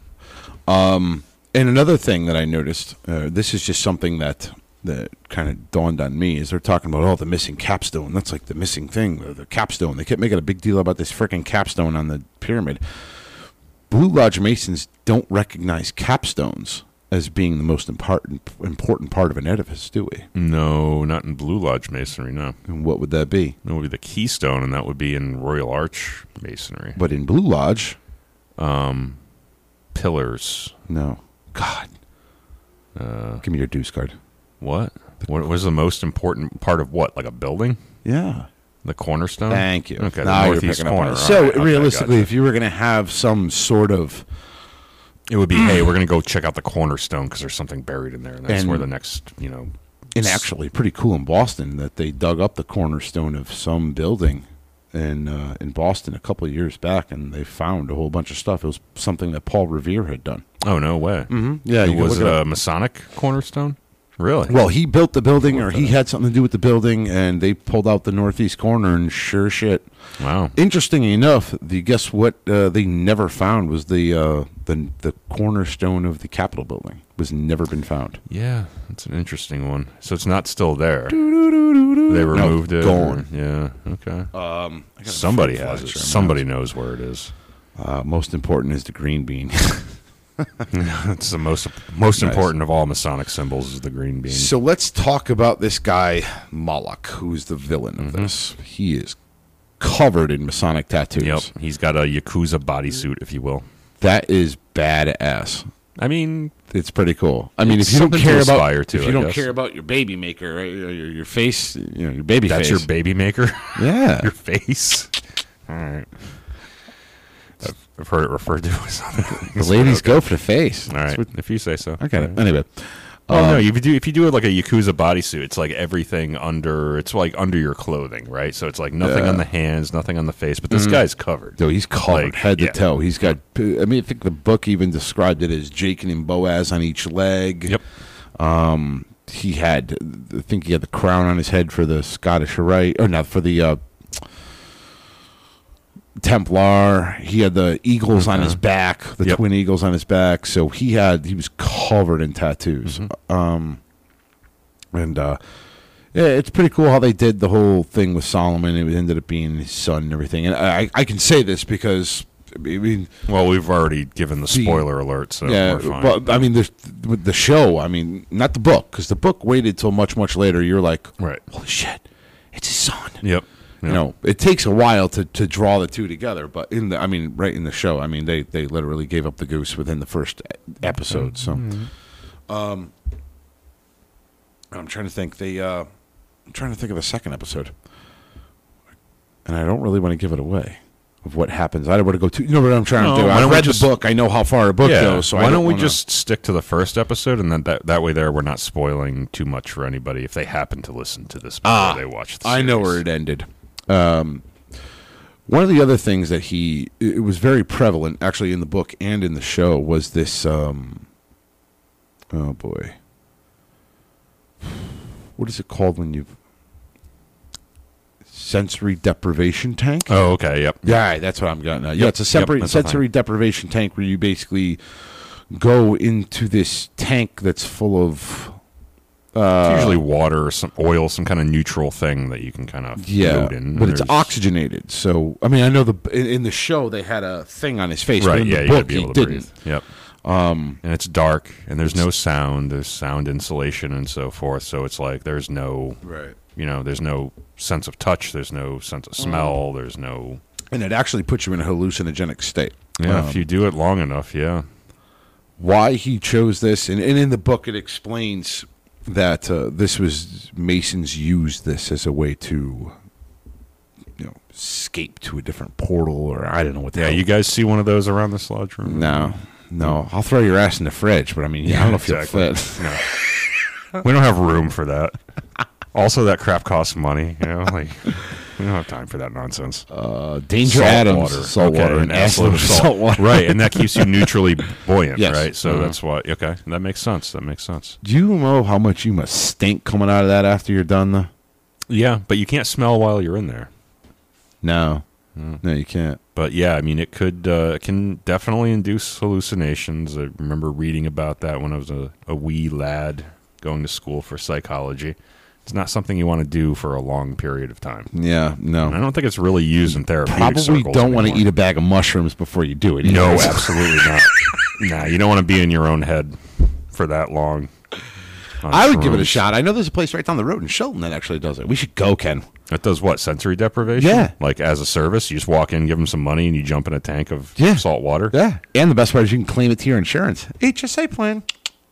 B: And another thing that I noticed, uh, this is just something that that kind of dawned on me is they're talking about oh the missing capstone. That's like the missing thing, the, the capstone. They kept making a big deal about this freaking capstone on the pyramid. Blue Lodge Masons don't recognize capstones as being the most important important part of an edifice, do we?
C: No, not in Blue Lodge masonry. No,
B: And what would that be?
C: that would be the keystone, and that would be in Royal Arch masonry.
B: But in Blue Lodge,
C: Pillars.
B: no. God, give me your deuce card.
C: What? What was the most important part of what? Like a building?
B: Yeah.
C: The cornerstone.
B: Thank you.
C: Okay,
B: Now
C: the
B: you're
C: northeast
B: picking up on
C: corner.
B: it.
C: All
B: So
C: right, okay,
B: realistically,
C: gotcha.
B: if you were going to have some sort of
C: it [clears throat] would be, hey, we're gonna go check out the cornerstone because there's something buried in there, and that's
B: And-
C: where the next, you know,
B: and actually pretty cool in Boston that they dug up the cornerstone of some building in uh, in Boston a couple of years back, and they found a whole bunch of stuff. It was something that Paul Revere had done.
C: Oh no way! Mm-hmm.
B: Yeah, you
C: it
B: can
C: was
B: look it
C: a Masonic cornerstone. Really?
B: Well, he built the building, or he had something to do with the building, and they pulled out the northeast corner, and sure shit.
C: Wow.
B: Interesting enough, the guess what uh, they never found was the uh, the the cornerstone of the Capitol building was never been found.
C: Yeah, that's an interesting one. So it's not still there. They removed it.
B: gone.
C: or- yeah. Okay. Somebody has it. Somebody knows where it [laughs] is.
B: Uh, most important is the green [laughs] bean.
C: It's the most most
B: Nice.
C: important of all Masonic symbols is the green bean.
B: So let's talk about this guy Moloch, who's the villain of this. He is covered in Masonic tattoos.
C: yep. He's got a yakuza bodysuit, if you will.
B: That is badass.
C: I mean,
B: It's pretty cool. I mean,
C: It's
B: if you don't
C: something to
B: care
C: aspire
B: about
C: to,
B: if
C: I
B: you don't
C: guess.
B: care about your baby maker, right, your, your, your face, you know, your baby
C: that's your
B: face.
C: baby maker. [laughs]
B: [laughs] yeah.
C: your face. All right. I've- I've heard it referred to as other
B: The
C: things.
B: ladies go for the face.
C: All right, if you say so.
B: I
C: All
B: got it. Um, Anyway,
C: Oh no! If you do, if you do it like a yakuza bodysuit, it's like everything under. It's like under your clothing, right? So it's like nothing on the hands, nothing on the face, but
B: Mm-hmm.
C: this guy's covered.
B: though he's covered
C: Like,
B: head
C: yeah.
B: to toe. He's got. I mean, I think the book even described it as Jake and Boaz on each leg.
C: Yep.
B: he had I think he had the crown on his head for the Scottish right or not for the uh, Templar. He had the eagles on his back, the
C: Uh-huh. Yep.
B: twin eagles on his back. So he had he was covered in tattoos.
C: Mm-hmm.
B: Um, and uh, yeah, it's pretty cool how they did the whole thing with Solomon. It ended up being his son and everything. And I I can say this because I mean
C: Well, we've already given the spoiler alert, so
B: yeah,
C: we're fine.
B: but I mean, the, with the show, I mean, not the book, because the book waited till much, much later. You're like,
C: Right.
B: holy shit, it's his son.
C: yep.
B: You
C: Yep.
B: know, it takes a while to, to draw the two together, but in the, I mean, right in the show, I mean, they, they literally gave up the goose within the first e- episode. So, um,
C: Mm-hmm.
B: I'm trying to think. They, uh, I'm trying to think of the second episode, and I don't really want to give it away. Of what happens, I don't want to go too. You know what I'm trying
C: No,
B: to do.
C: why
B: I
C: don't we
B: read
C: just-
B: the book. I know how far a book
C: yeah.
B: goes. So I
C: Why don't, we
B: wanna-
C: just stick to the first episode, and then that that way there we're not spoiling too much for anybody if they happen to listen to this before they watch. The
B: Ah, I know
C: series.
B: where it ended. Um, one of the other things that he it it was very prevalent actually in the book and in the show was this. Um, oh boy, what is it called when you sensory deprivation tank?
C: Oh, okay. Yep.
B: Yeah, that's what I'm getting at. Yeah,
C: Yep,
B: it's a separate
C: yep, that's the
B: sensory deprivation tank where you basically go into this tank that's full of Uh,
C: It's usually water, or some oil, some kind of neutral thing that you can kind of
B: Yeah,
C: float in. and
B: but it's
C: there's-
B: oxygenated. So I mean, I know the in, in the show they had a thing on his face, but
C: Right.
B: in
C: Yeah.
B: the
C: you gotta
B: book
C: be
B: he
C: able to
B: didn't.
C: breathe. Yep. Um, and it's dark, and there's no sound. There's sound insulation and so forth. So it's like there's no
B: Right,
C: you know there's no sense of touch there's no sense of smell
B: Mm.
C: there's no
B: and it actually puts you in a hallucinogenic state.
C: yeah
B: Um,
C: if you do it long enough yeah
B: why he chose this, and, and in the book it explains that uh, this was Masons used this as a way to you know escape to a different portal or I don't know what the
C: Yeah,
B: hell.
C: you guys see one of those around this lodge room?
B: no, no. I'll throw your ass in the fridge, but I mean, I don't know if you'll
C: exactly.
B: fit.
C: We don't have room for
B: [laughs]
C: that. Also, that crap costs money. You know, like we don't have time for that nonsense.
B: Uh, Danger
C: Salt
B: Adams,
C: water.
B: salt
C: Okay,
B: water,
C: an
B: and
C: absolute
B: absolute
C: salt.
B: salt water.
C: right, and that keeps you neutrally buoyant,
B: Yes.
C: right? So
B: Uh-huh.
C: that's why. Okay, that makes sense. That makes sense.
B: Do you know how much you must stink coming out of that after you're done? Though?
C: Yeah, but you can't smell while you're in there.
B: No,
C: Hmm.
B: no, you can't.
C: But yeah, I mean, it could uh, it can definitely induce hallucinations. I remember reading about that when I was a, a wee lad going to school for psychology. It's not something you want to do for a long period of time.
B: Yeah,
C: And I
B: no.
C: don't think it's really used in therapy.
B: Probably don't want to eat a bag of mushrooms before you do it.
C: No,
B: either.
C: absolutely not. [laughs] Nah, you don't want to be in your own head for that long. on
B: [laughs] I would give it a
C: shrooms.
B: shot. I know there's a place right down the road in Shelton that actually does it. We should go, Ken.
C: That does what? Sensory deprivation?
B: Yeah.
C: Like as a service, you just walk in, give them some money, and you jump in a tank of
B: Yeah.
C: salt water.
B: Yeah, and the best part is you can claim it to your insurance HSA plan.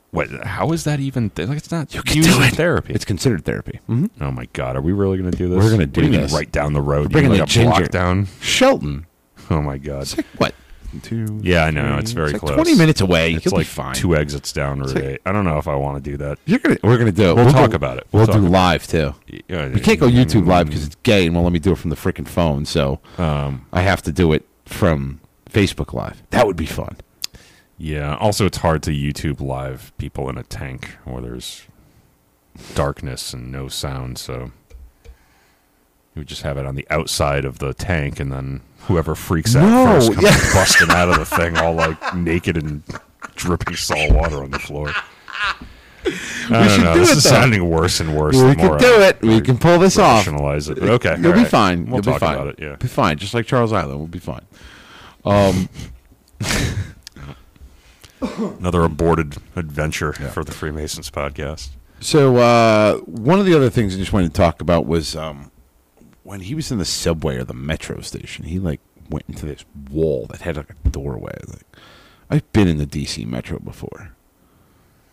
C: What? How is that even? Th- like it's not you
B: can
C: used
B: do
C: in
B: it.
C: therapy.
B: It's considered therapy. Mm-hmm.
C: oh my god, are we really going to do this?
B: We're gonna
C: What
B: do
C: you mean
B: this.
C: right down the road.
B: We're
C: you
B: bringing
C: mean
B: the
C: like a block
B: ginger.
C: down.
B: Shelton,
C: Oh my god.
B: it's like what? Two.
C: yeah, I know. It's very
B: It's
C: close.
B: like 20 minutes away.
C: It's
B: You'll be
C: like
B: fine.
C: two exits down Route
B: like-
C: Eight. I don't know if I want to do that.
B: You're gonna. We're gonna do it.
C: We'll talk
B: go-
C: about it.
B: We'll,
C: We'll
B: do
C: talk
B: live too.
C: uh,
B: We can't go YouTube live because it's gay and won't let me do it from the freaking phone. So
C: Um,
B: I have to do it from Facebook Live. That would be fun.
C: Yeah. Also, it's hard to YouTube live people in a tank where there's darkness and no sound. So you would just have it on the outside of the tank, and then whoever freaks out
B: No,
C: first comes
B: yeah.
C: busting out of the thing, all like naked and dripping salt water on the floor. I don't
B: should
C: know.
B: do
C: this
B: it,
C: is
B: though.
C: sounding worse and worse.
B: we
C: the more
B: can do
C: I
B: it. We can pull this off.
C: rationalize it. But okay,
B: You'll
C: all
B: be
C: right.
B: fine.
C: We'll
B: You'll
C: talk
B: be fine.
C: about it. Yeah.
B: be fine. Just like Charles Island, we'll be fine. Um,
C: Another aborted adventure for the Freemasons podcast.
B: So uh, one of the other things I just wanted to talk about was um, when he was in the subway or the metro station, he like went into this wall that had like a doorway. Like I've been in the DC metro before.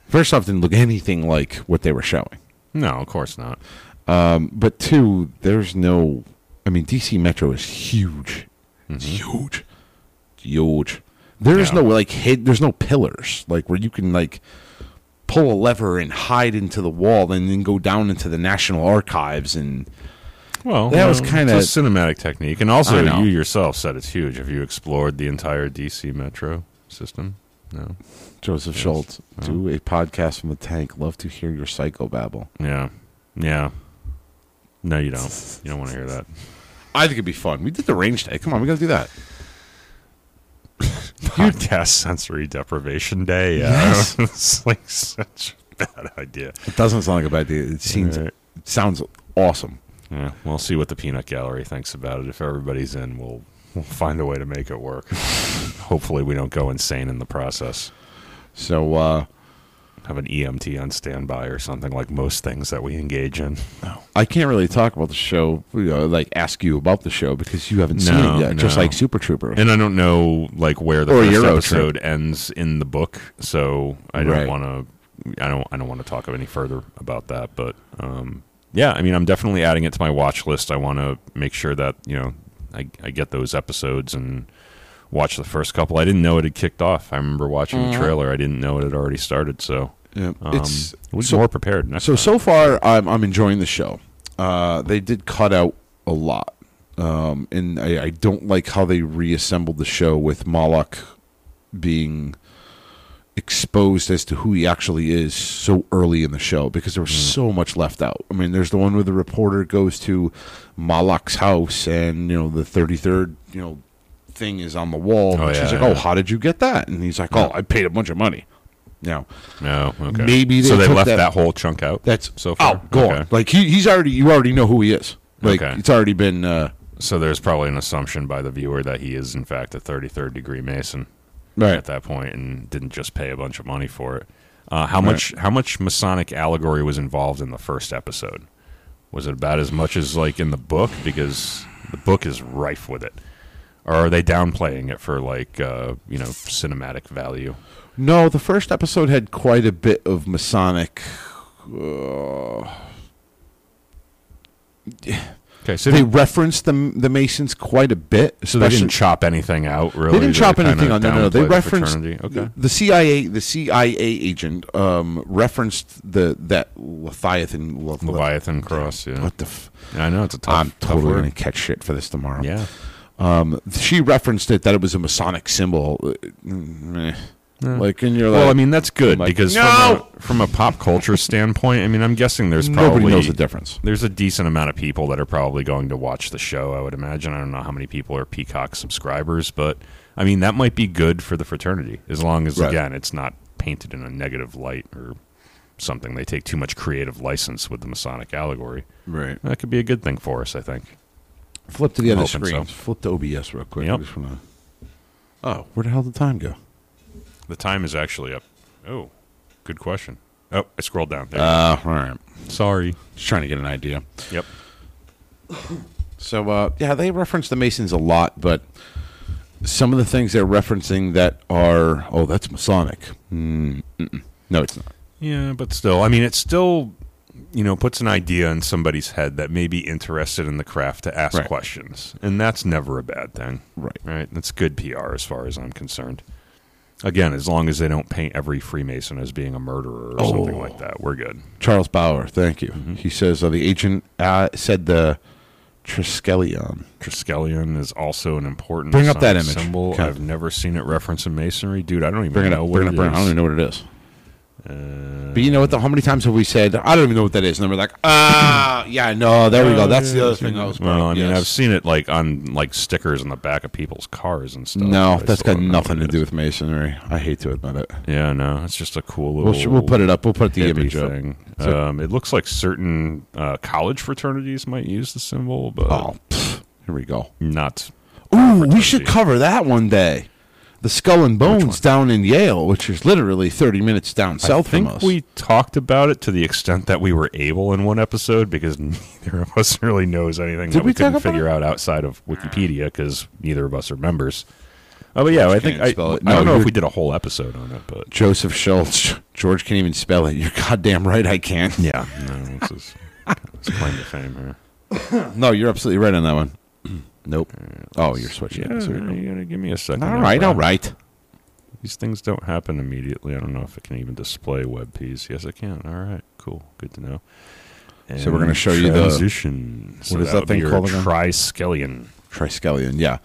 B: First off, didn't look anything like what they were showing.
C: No, of course not.
B: Um, but two, there's no. I mean, DC Metro is huge. It's huge, huge. There is
C: Yeah.
B: no like hid. There's no pillars like where you can like pull a lever and hide into the wall and then go down into the National Archives and
C: Well,
B: That was
C: no,
B: kinda-
C: it's a cinematic technique, and
B: I
C: also
B: know.
C: you yourself said it's huge. Have you explored the entire DC metro system? No.
B: Joseph Schultz do a podcast from the tank. Love to hear your psychobabble.
C: Yeah. Yeah. No, you don't. You don't want to hear [laughs] that.
B: I think it'd be fun. We did the range day. Come on, we gotta do that.
C: Podcast sensory deprivation day. Yeah,
B: Yes.
C: [laughs] it's like such a bad idea.
B: It doesn't sound like a bad idea. It seems
C: Right.
B: it sounds awesome.
C: Yeah, we'll see what the peanut gallery thinks about it. If everybody's in, we'll we'll find a way to make it [laughs] work. Hopefully, we don't go insane in the process.
B: So uh,
C: Have an EMT on standby or something like most things that we engage in.
B: I can't really talk about the show, you know, like ask you about the show because you haven't seen
C: No,
B: it yet, just
C: no.
B: like Super Trooper.
C: And I don't know like where the
B: Or
C: first
B: Eurotrip.
C: episode ends in the book, so I don't
B: Right.
C: want to. I don't. I don't want to talk any further about that. But um, yeah, I mean, I'm definitely adding it to my watch list. I want to make sure that you know I, I get those episodes and watch the first couple. I didn't know it had kicked off. I remember watching the trailer. I didn't know it had already started. So
B: Yeah,
C: um,
B: it's-
C: we'll be
B: so-
C: more prepared. Next
B: so
C: time.
B: so far, I'm I'm enjoying the show. Uh, they did cut out a lot, um, and I, I don't like how they reassembled the show with Moloch being exposed as to who he actually is so early in the show because there was
C: Mm.
B: so much left out. I mean, there's the one where the reporter goes to Moloch's house, and you know the 33rd, you know, thing is on the wall.
C: Oh,
B: and she's
C: yeah,
B: like, "Oh,
C: yeah.
B: how did you get that?" And he's like, "Oh, I paid a bunch of money." Now,
C: no, okay.
B: maybe they
C: so they
B: took
C: left
B: that-
C: that, whole chunk out.
B: that's
C: so far
B: out, gone.
C: Okay.
B: Like he, he's already you already know who he is. Like
C: Okay.
B: it's already been uh,
C: So there's probably an assumption by the viewer that he is in fact a 33rd degree Mason
B: right.
C: at that point and didn't just pay a bunch of money for it. Uh, how much how much Masonic allegory was involved in the first episode? Was it about as much as like in the book because the book is rife with it? Or are they downplaying it for like uh, you know cinematic value?
B: No, the first episode had quite a bit of Masonic. Uh,
C: Okay, so
B: they
C: they,
B: reference the the Masons quite a bit.
C: so they
B: especially-
C: didn't chop anything out, really.
B: They didn't chop
C: kinda
B: anything on. No, no, no.
C: downplayed
B: They
C: the
B: referenced
C: fraternity. Okay.
B: the CIA. The CIA agent um, referenced the that Leviathan. Le- Le-
C: Leviathan Cross, yeah.
B: What the? F-
C: I know, it's a tough
B: I'm
C: tough
B: totally
C: word.
B: gonna catch shit for this tomorrow.
C: Yeah.
B: Um, she referenced it that it was a Masonic symbol. Uh, mm, eh. Like, and you're
C: Well, I
B: like,
C: mean, that's good
B: like,
C: because
B: "No!"
C: from, a, from a pop culture standpoint, I mean, I'm guessing there's probably
B: nobody knows the difference.
C: there's a decent amount of people that are probably going to watch the show. I would imagine. I don't know how many people are Peacock subscribers, but I mean, that might be good for the fraternity as long as
B: Right.
C: again it's not painted in a negative light or something. They take too much creative license with the Masonic allegory.
B: Right.
C: That could be a good thing for us, I think.
B: Flip to the
C: I'm
B: other
C: hoping
B: screen.
C: so.
B: Flip to OBS real quick.
C: Yep.
B: I just wanna- Oh, where the hell did the time go?
C: The time is actually up. Oh, good question. Oh, I scrolled down. There.
B: Uh, all right.
C: Sorry.
B: Just trying to get an idea.
C: Yep.
B: So uh, yeah, they reference the Masons a lot, but some of the things they're referencing that are oh, that's Masonic. Mm, mm-mm. no, it's not.
C: Yeah, but still, I mean, it still, you know, puts an idea in somebody's head that may be interested in the craft to ask
B: Right.
C: questions, and that's never a bad thing,
B: Right.
C: right? That's good PR as far as I'm concerned. Again, as long as they don't paint every Freemason as being a murderer or something
B: Oh.
C: like that, we're good.
B: Charles Bauer, thank you. He says uh, the agent uh, said the Triskelion.
C: Triskelion is also an important
B: Bring up that
C: Masonic
B: image,
C: symbol.
B: Kevin.
C: I've never seen it referenced in masonry, dude. I don't even
B: Bring it
C: know
B: up.
C: what
B: Bring it up. Bring it up. I don't
C: is.
B: even know what it is.
C: Uh,
B: But you know what? The, how many times have we said I don't even know what that is? And then we're like, ah, yeah, no, there we go. That's the other thing I was.
C: Well, I mean,
B: yes.
C: I've seen it like on like stickers on the back of people's cars and stuff.
B: No,
C: I
B: that's
C: still
B: got
C: don't know
B: nothing
C: what it
B: to do
C: is.
B: with masonry. I hate to admit it.
C: Yeah, no, it's just a cool little.
B: We'll, sh- we'll put it up. We'll put the
C: hippie
B: image up.
C: thing. Um, it looks like certain uh, college fraternities might use the symbol, but
B: Oh, pfft, here we go.
C: not.
B: Ooh, we should
C: fraternity.
B: cover that one day. The Skull and Bones down in Yale, which is literally 30 minutes down south
C: I think
B: from us.
C: we talked about it to the extent that we were able in one episode because [laughs] neither of us really knows anything that
B: we
C: we couldn't
B: talk about
C: figure out outside of Wikipedia because neither of us are members. Oh, but yeah, I think
B: can't
C: I,
B: spell it.
C: I
B: No,
C: don't know
B: you're-
C: if we did a whole episode on it, but
B: Joseph Schultz. George can't even spell it. You're goddamn right I can.
C: [laughs] yeah, no, it's just it's claim to fame here.
B: [laughs] No, you're absolutely right on that one. [clears throat] nope. Oh, you're switching.
C: Yeah,
B: So you're-
C: you gotta give me a second.
B: all
C: there,
B: right,
C: Brian.
B: all right.
C: These things don't happen immediately. I don't know if it can even display WebPs. Yes, it can. All right, cool, good to know.
B: So we're gonna
C: And
B: show you the-
C: transition. So
B: What is that
C: would
B: thing
C: be your
B: called again?
C: Triskelion.
B: Triskelion, yeah.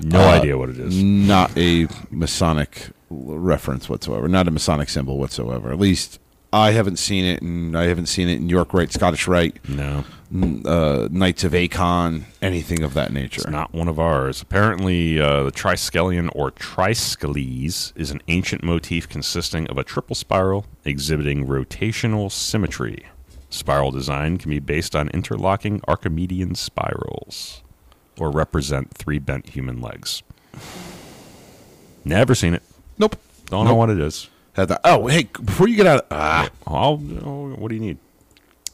C: No
B: Uh,
C: idea what it is.
B: Not a Masonic l- reference whatsoever. Not a Masonic symbol whatsoever. At least I haven't seen it, and I haven't seen it in York Rite, Scottish Rite,
C: No,
B: n- uh, Knights of Akon, anything of that nature.
C: it's not one of ours. Apparently, uh, the Triskelion or Triskelies is an ancient motif consisting of a triple spiral exhibiting rotational symmetry. Spiral design can be based on interlocking Archimedean spirals or represent three bent human legs. Never seen it.
B: Nope.
C: Don't know
B: Nope.
C: what it is.
B: Had that. Oh, hey, before you get out, ah,
C: I'll, I'll- what do you need?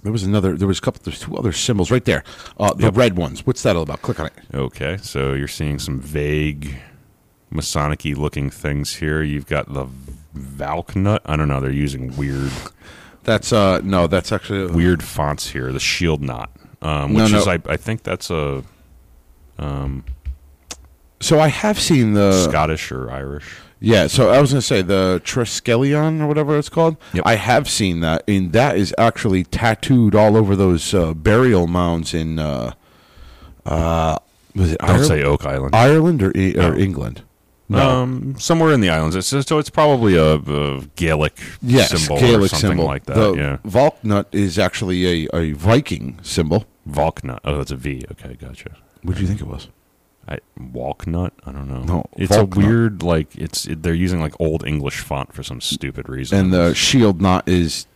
B: there was another. There was a couple. There's two other symbols right there. Uh, the
C: Yep.
B: red ones. What's that all about? Click on it.
C: Okay, so you're seeing some vague Masonic y looking things here. You've got the Valknut. I don't know. They're using weird,
B: That's uh, no, that's actually
C: weird fonts here. The Shield Knot, um,
B: No,
C: which
B: no.
C: is, I, I think that's a
B: So I have seen
C: Uh,
B: the.
C: Scottish or Irish.
B: Yeah, so I was gonna say the Triskelion or whatever it's called.
C: Yep.
B: I have seen that, and that is actually tattooed all over those uh, burial mounds in. Uh, uh, was it
C: Don't
B: Ireland?
C: say Oak Island.
B: Ireland or E- or
C: No.
B: England?
C: Um, somewhere in the islands. It's just, so it's probably a, a Gaelic
B: Yes,
C: symbol or
B: Gaelic
C: something
B: symbol
C: like that.
B: The
C: yeah,
B: Valknut is actually a, a Viking symbol.
C: Valknut. Oh, that's a V. Okay, gotcha.
B: What do you think it was?
C: I, walknut? I don't know.
B: No,
C: it's
B: Valknut.
C: a weird like it's it, they're using like old English font for some stupid reason.
B: And the shield knot is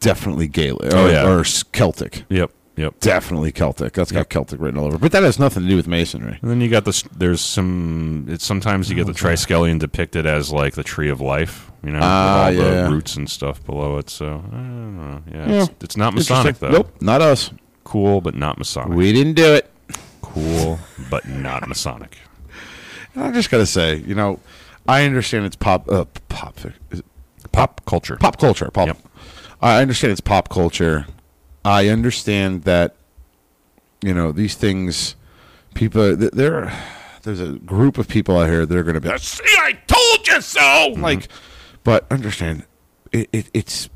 B: definitely Gaelic or,
C: Oh, yeah.
B: or s- Celtic.
C: yep, yep.
B: Definitely Celtic. That's got
C: Yep.
B: Celtic written all over. it. But that has nothing to do with masonry.
C: And then you got this. There's some. It's sometimes you get the
B: Oh,
C: Triskelion depicted as like the tree of life. You know,
B: Ah,
C: with all
B: yeah.
C: the roots and stuff below it. So I don't know. Yeah,
B: Yeah.
C: It's, it's not Masonic
B: Interesting.
C: though.
B: Nope, not us.
C: Cool, but not Masonic.
B: We didn't do it.
C: cool, but
B: [laughs]
C: not Masonic.
B: I just gotta say, you know, I understand it's pop, uh, pop, is it
C: Pop culture.
B: pop culture. Pop.
C: Yep.
B: I understand it's pop culture. I understand that you know these things. People, th- there, there's a group of people out here that are going to be like, "See, I told you so."
C: Mm-hmm.
B: Like, but understand, it, it, it's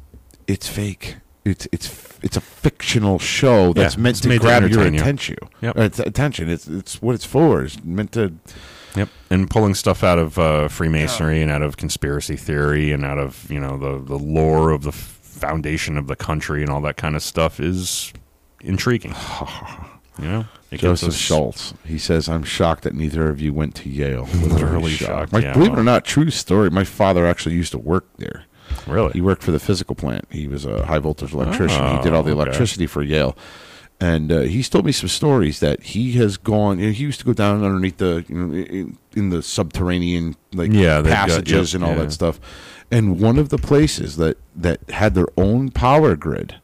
B: it's fake. It's it's it's a fictional show that's
C: Yeah,
B: meant
C: it's
B: to
C: made to
B: grab your
C: entertain you.
B: attention.
C: Yep.
B: Uh, It's attention. It's it's what it's for. It's meant to.
C: Yep, and pulling stuff out of uh, Freemasonry and out of conspiracy theory and out of you know the the lore of the f- foundation of the country and all that kind of stuff is intriguing. you know, it gives
B: Joseph
C: us-
B: Schultz. He says, "I'm shocked that neither of you went to Yale."
C: Literally shocked,
B: Like,
C: yeah,
B: believe it
C: well.
B: or not, true story. My father actually used to work there.
C: Really,
B: He worked for the physical plant. He was a high voltage electrician. he did all the
C: okay.
B: electricity for Yale, and uh, he's told me some stories that he has gone. You know, he used to go down underneath the you know, in, in the subterranean like
C: Yeah, they've got-
B: passages
C: yep,
B: and all
C: yeah.
B: that stuff. And one of the places that that had their own power grid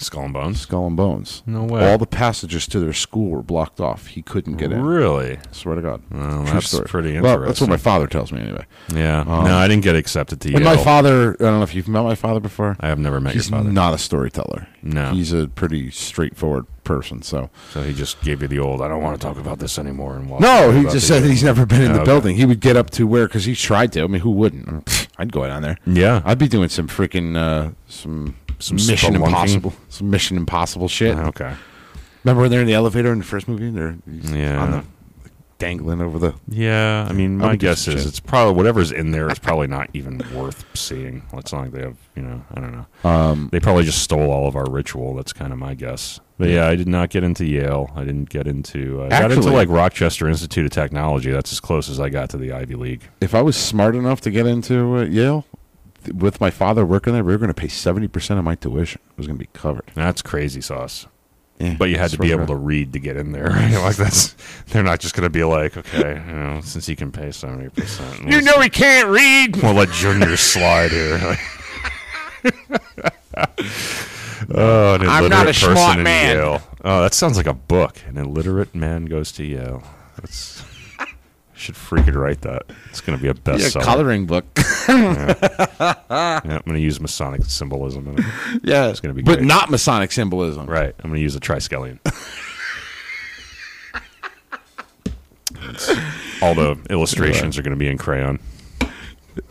C: Skull and Bones.
B: Skull and Bones.
C: No way.
B: All the passages to their school were blocked off. He couldn't get in.
C: Really?
B: Swear to God.
C: Well,
B: True
C: that's
B: story.
C: pretty
B: Well, that's
C: interesting.
B: what my father tells me anyway.
C: Yeah.
B: Um,
C: no, I didn't get accepted to Yale.
B: And my father, I don't know if you've met my father before.
C: I have never met
B: He's
C: your father,
B: not a storyteller.
C: No.
B: He's a pretty straightforward person. So
C: so he just gave you the old. I don't want to talk about this anymore. And walked
B: No,
C: away
B: he
C: without
B: just
C: the-
B: said he's never been in the
C: Okay.
B: building. He would get up to where cuz he tried to. I mean, who wouldn't? [sniffs] I'd go down there.
C: Yeah.
B: I'd be doing some freaking uh, some
C: Some spelunking?
B: Mission
C: Uh-huh.
B: Impossible, some Mission Impossible shit.
C: okay.
B: Remember when they're in the elevator in the first movie? and They're he's
C: Yeah.
B: on the, dangling over the
C: Yeah, I mean, my
B: would do
C: guess
B: some
C: is
B: shit.
C: it's probably whatever's in there is probably not even worth seeing. It's not like they have, you know, I don't know. Um, they probably just stole all of our ritual. That's kind of my guess. But yeah, I did not get into Yale. I didn't get into. Uh, I got into
B: Actually-
C: like Rochester Institute of Technology. That's as close as I got to the Ivy League.
B: if I was smart enough to get into uh, Yale, th- with my father working there, we were going to pay seventy percent of my tuition. It was going to be covered.
C: That's crazy sauce.
B: Yeah,
C: But you had to
B: swear
C: be able
B: God.
C: to read to get in there. [laughs] right? like that's, they're not just going to be like, okay, you know, since he can pay seventy percent, you know,
B: he can't read.
C: we'll let juniors slide here. [laughs] Like- oh, an
B: I'm
C: illiterate
B: not a
C: person
B: smart
C: in
B: man.
C: Yale. Oh, that sounds like a book. An illiterate man goes to Yale. That's should freaking write that. It's going to be a
B: Yeah,
C: bestseller.
B: coloring book. [laughs]
C: Yeah, I'm going to use Masonic symbolism. In it.
B: yeah,
C: gonna be
B: but
C: great.
B: not Masonic symbolism.
C: Right. I'm going to use a triskelion. It's- all the illustrations are going to be in crayon.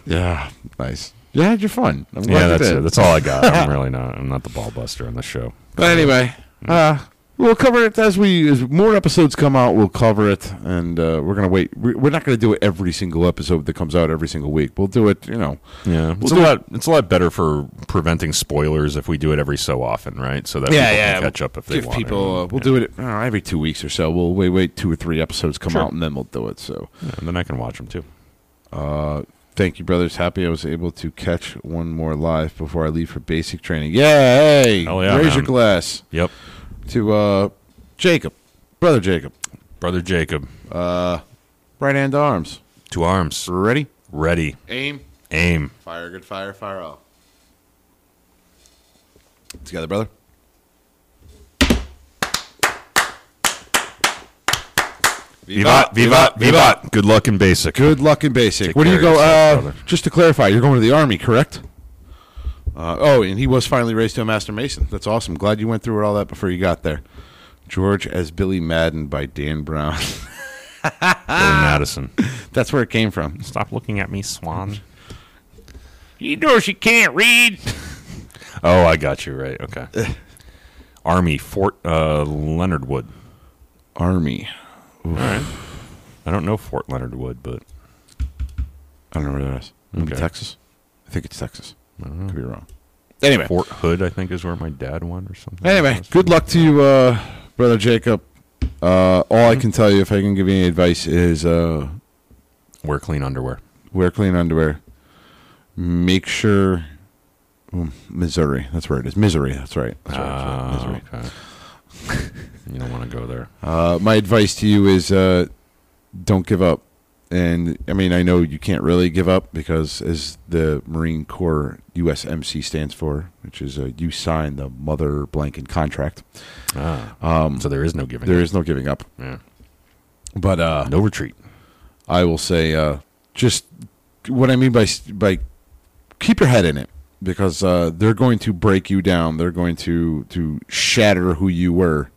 B: Yeah, nice. Yeah, you're fun. I'm glad
C: Yeah,
B: you
C: that's
B: did.
C: it. That's all I got. [laughs] I'm really not. I'm not the ball buster on the show.
B: But anyway, uh, we'll cover it as we as more episodes come out. We'll cover it, and uh, we're gonna wait. We- We're not gonna do it every single episode that comes out every single week. We'll do it, you know.
C: Yeah, it's
B: do
C: a lot. It's a lot better for preventing spoilers if we do it every so often, right? So that
B: Yeah,
C: people
B: yeah,
C: can catch up if they
B: give
C: want.
B: people. Uh,
C: and,
B: we'll do it uh, every two weeks or so. We'll wait, wait, two or three episodes come out, and then we'll do it. So,
C: yeah, and then I can watch them too.
B: thank you, brothers. Happy I was able to catch one more live before I leave for basic training. Yay!
C: Hell Oh, yeah,
B: Raise
C: man.
B: your glass
C: Yep,
B: to uh, Jacob, brother Jacob,
C: brother Jacob,
B: right hand to arms.
C: two arms,
B: Ready?
C: ready,
B: Aim.
C: aim.
B: Fire, good fire, fire all. Together, brother.
C: Vivat, vivat, vivat. Good luck in basic.
B: Good luck in basic.
C: Take
B: Where do you
C: care
B: go?
C: of yourself,
B: Uh,
C: brother.
B: just to clarify, you're going to the army, correct? Uh, oh, and he was finally raised to a master mason. That's awesome. Glad you went through all that before you got there. George as Billy Madden by Dan Brown. [laughs]
C: Billy Madison.
B: That's where it came from.
C: Stop looking at me, Swan.
D: You know she can't read.
C: Oh, I got you right.
B: [laughs]
C: Okay. Army Fort uh, Leonard Wood.
B: Army.
C: All right. I don't know Fort Leonard Wood, but
B: I don't know where that is. Maybe
C: Okay.
B: Texas. I think it's Texas. Could be wrong.
C: anyway, Fort Hood, I think, is where my dad went or something.
B: Hmm. Anyway, good luck to you, uh, brother Jacob. Uh, all I can tell you, if I can give you any advice, is uh,
C: Wear clean underwear.
B: wear clean underwear. Make sure Mm, Missouri. That's where it is. Missouri. That's right. That's right. That's right. Missouri.
C: okay. [laughs] you don't want to go there.
B: Uh, my advice to you is uh, don't give up. And I mean, I know you can't really give up because, as the Marine Corps USMC stands for, which is uh, you sign the mother blanking contract.
C: um, so there is no giving.
B: There
C: up.
B: is no giving up.
C: Yeah.
B: But uh,
C: no retreat.
B: I will say, uh, just what I mean by by keep your head in it because uh, they're going to break you down. They're going to to shatter who you were,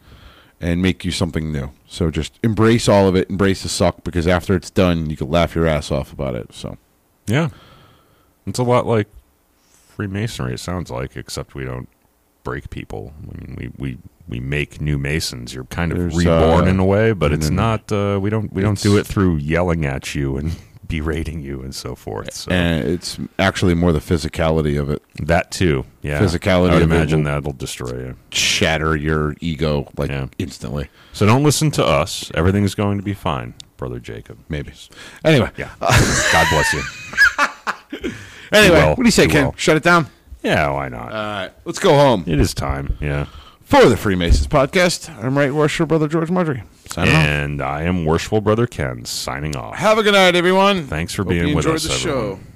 B: and make you something new. So just embrace all of it, embrace the suck, because after it's done, you can laugh your ass off about it. So
C: Yeah. It's a lot like Freemasonry, it sounds like, except we don't break people. I mean, we, we, we make new Masons. You're kind of
B: There's,
C: reborn
B: uh,
C: in a way, but it's
B: mm,
C: not, uh, we don't, we don't do it
B: it's-
C: through yelling at you and [laughs] berating you and so forth. So
B: and it's actually more the physicality of it.
C: that too. Yeah.
B: Physicality
C: I would
B: of it
C: imagine
B: will-
C: that'll destroy you.
B: Shatter your ego like
C: Yeah.
B: instantly,
C: So don't listen to us. Everything's going to be fine, Brother Jacob.
B: maybe. Anyway, [laughs]
C: Yeah. God bless you.
B: anyway,
C: well,
B: what do you say,
C: do
B: Ken?
C: well.
B: Shut it down.
C: Yeah, why not?
B: All right, let's go home
C: it is time. Yeah.
B: for the Freemasons podcast. I'm right worship brother George Marjorie. Signing off.
C: And I am Worshipful Brother Ken signing off.
B: Have a good night, everyone.
C: Thanks for
B: Hope you
C: being with
B: enjoyed
C: us,
B: the
C: everyone.
B: show.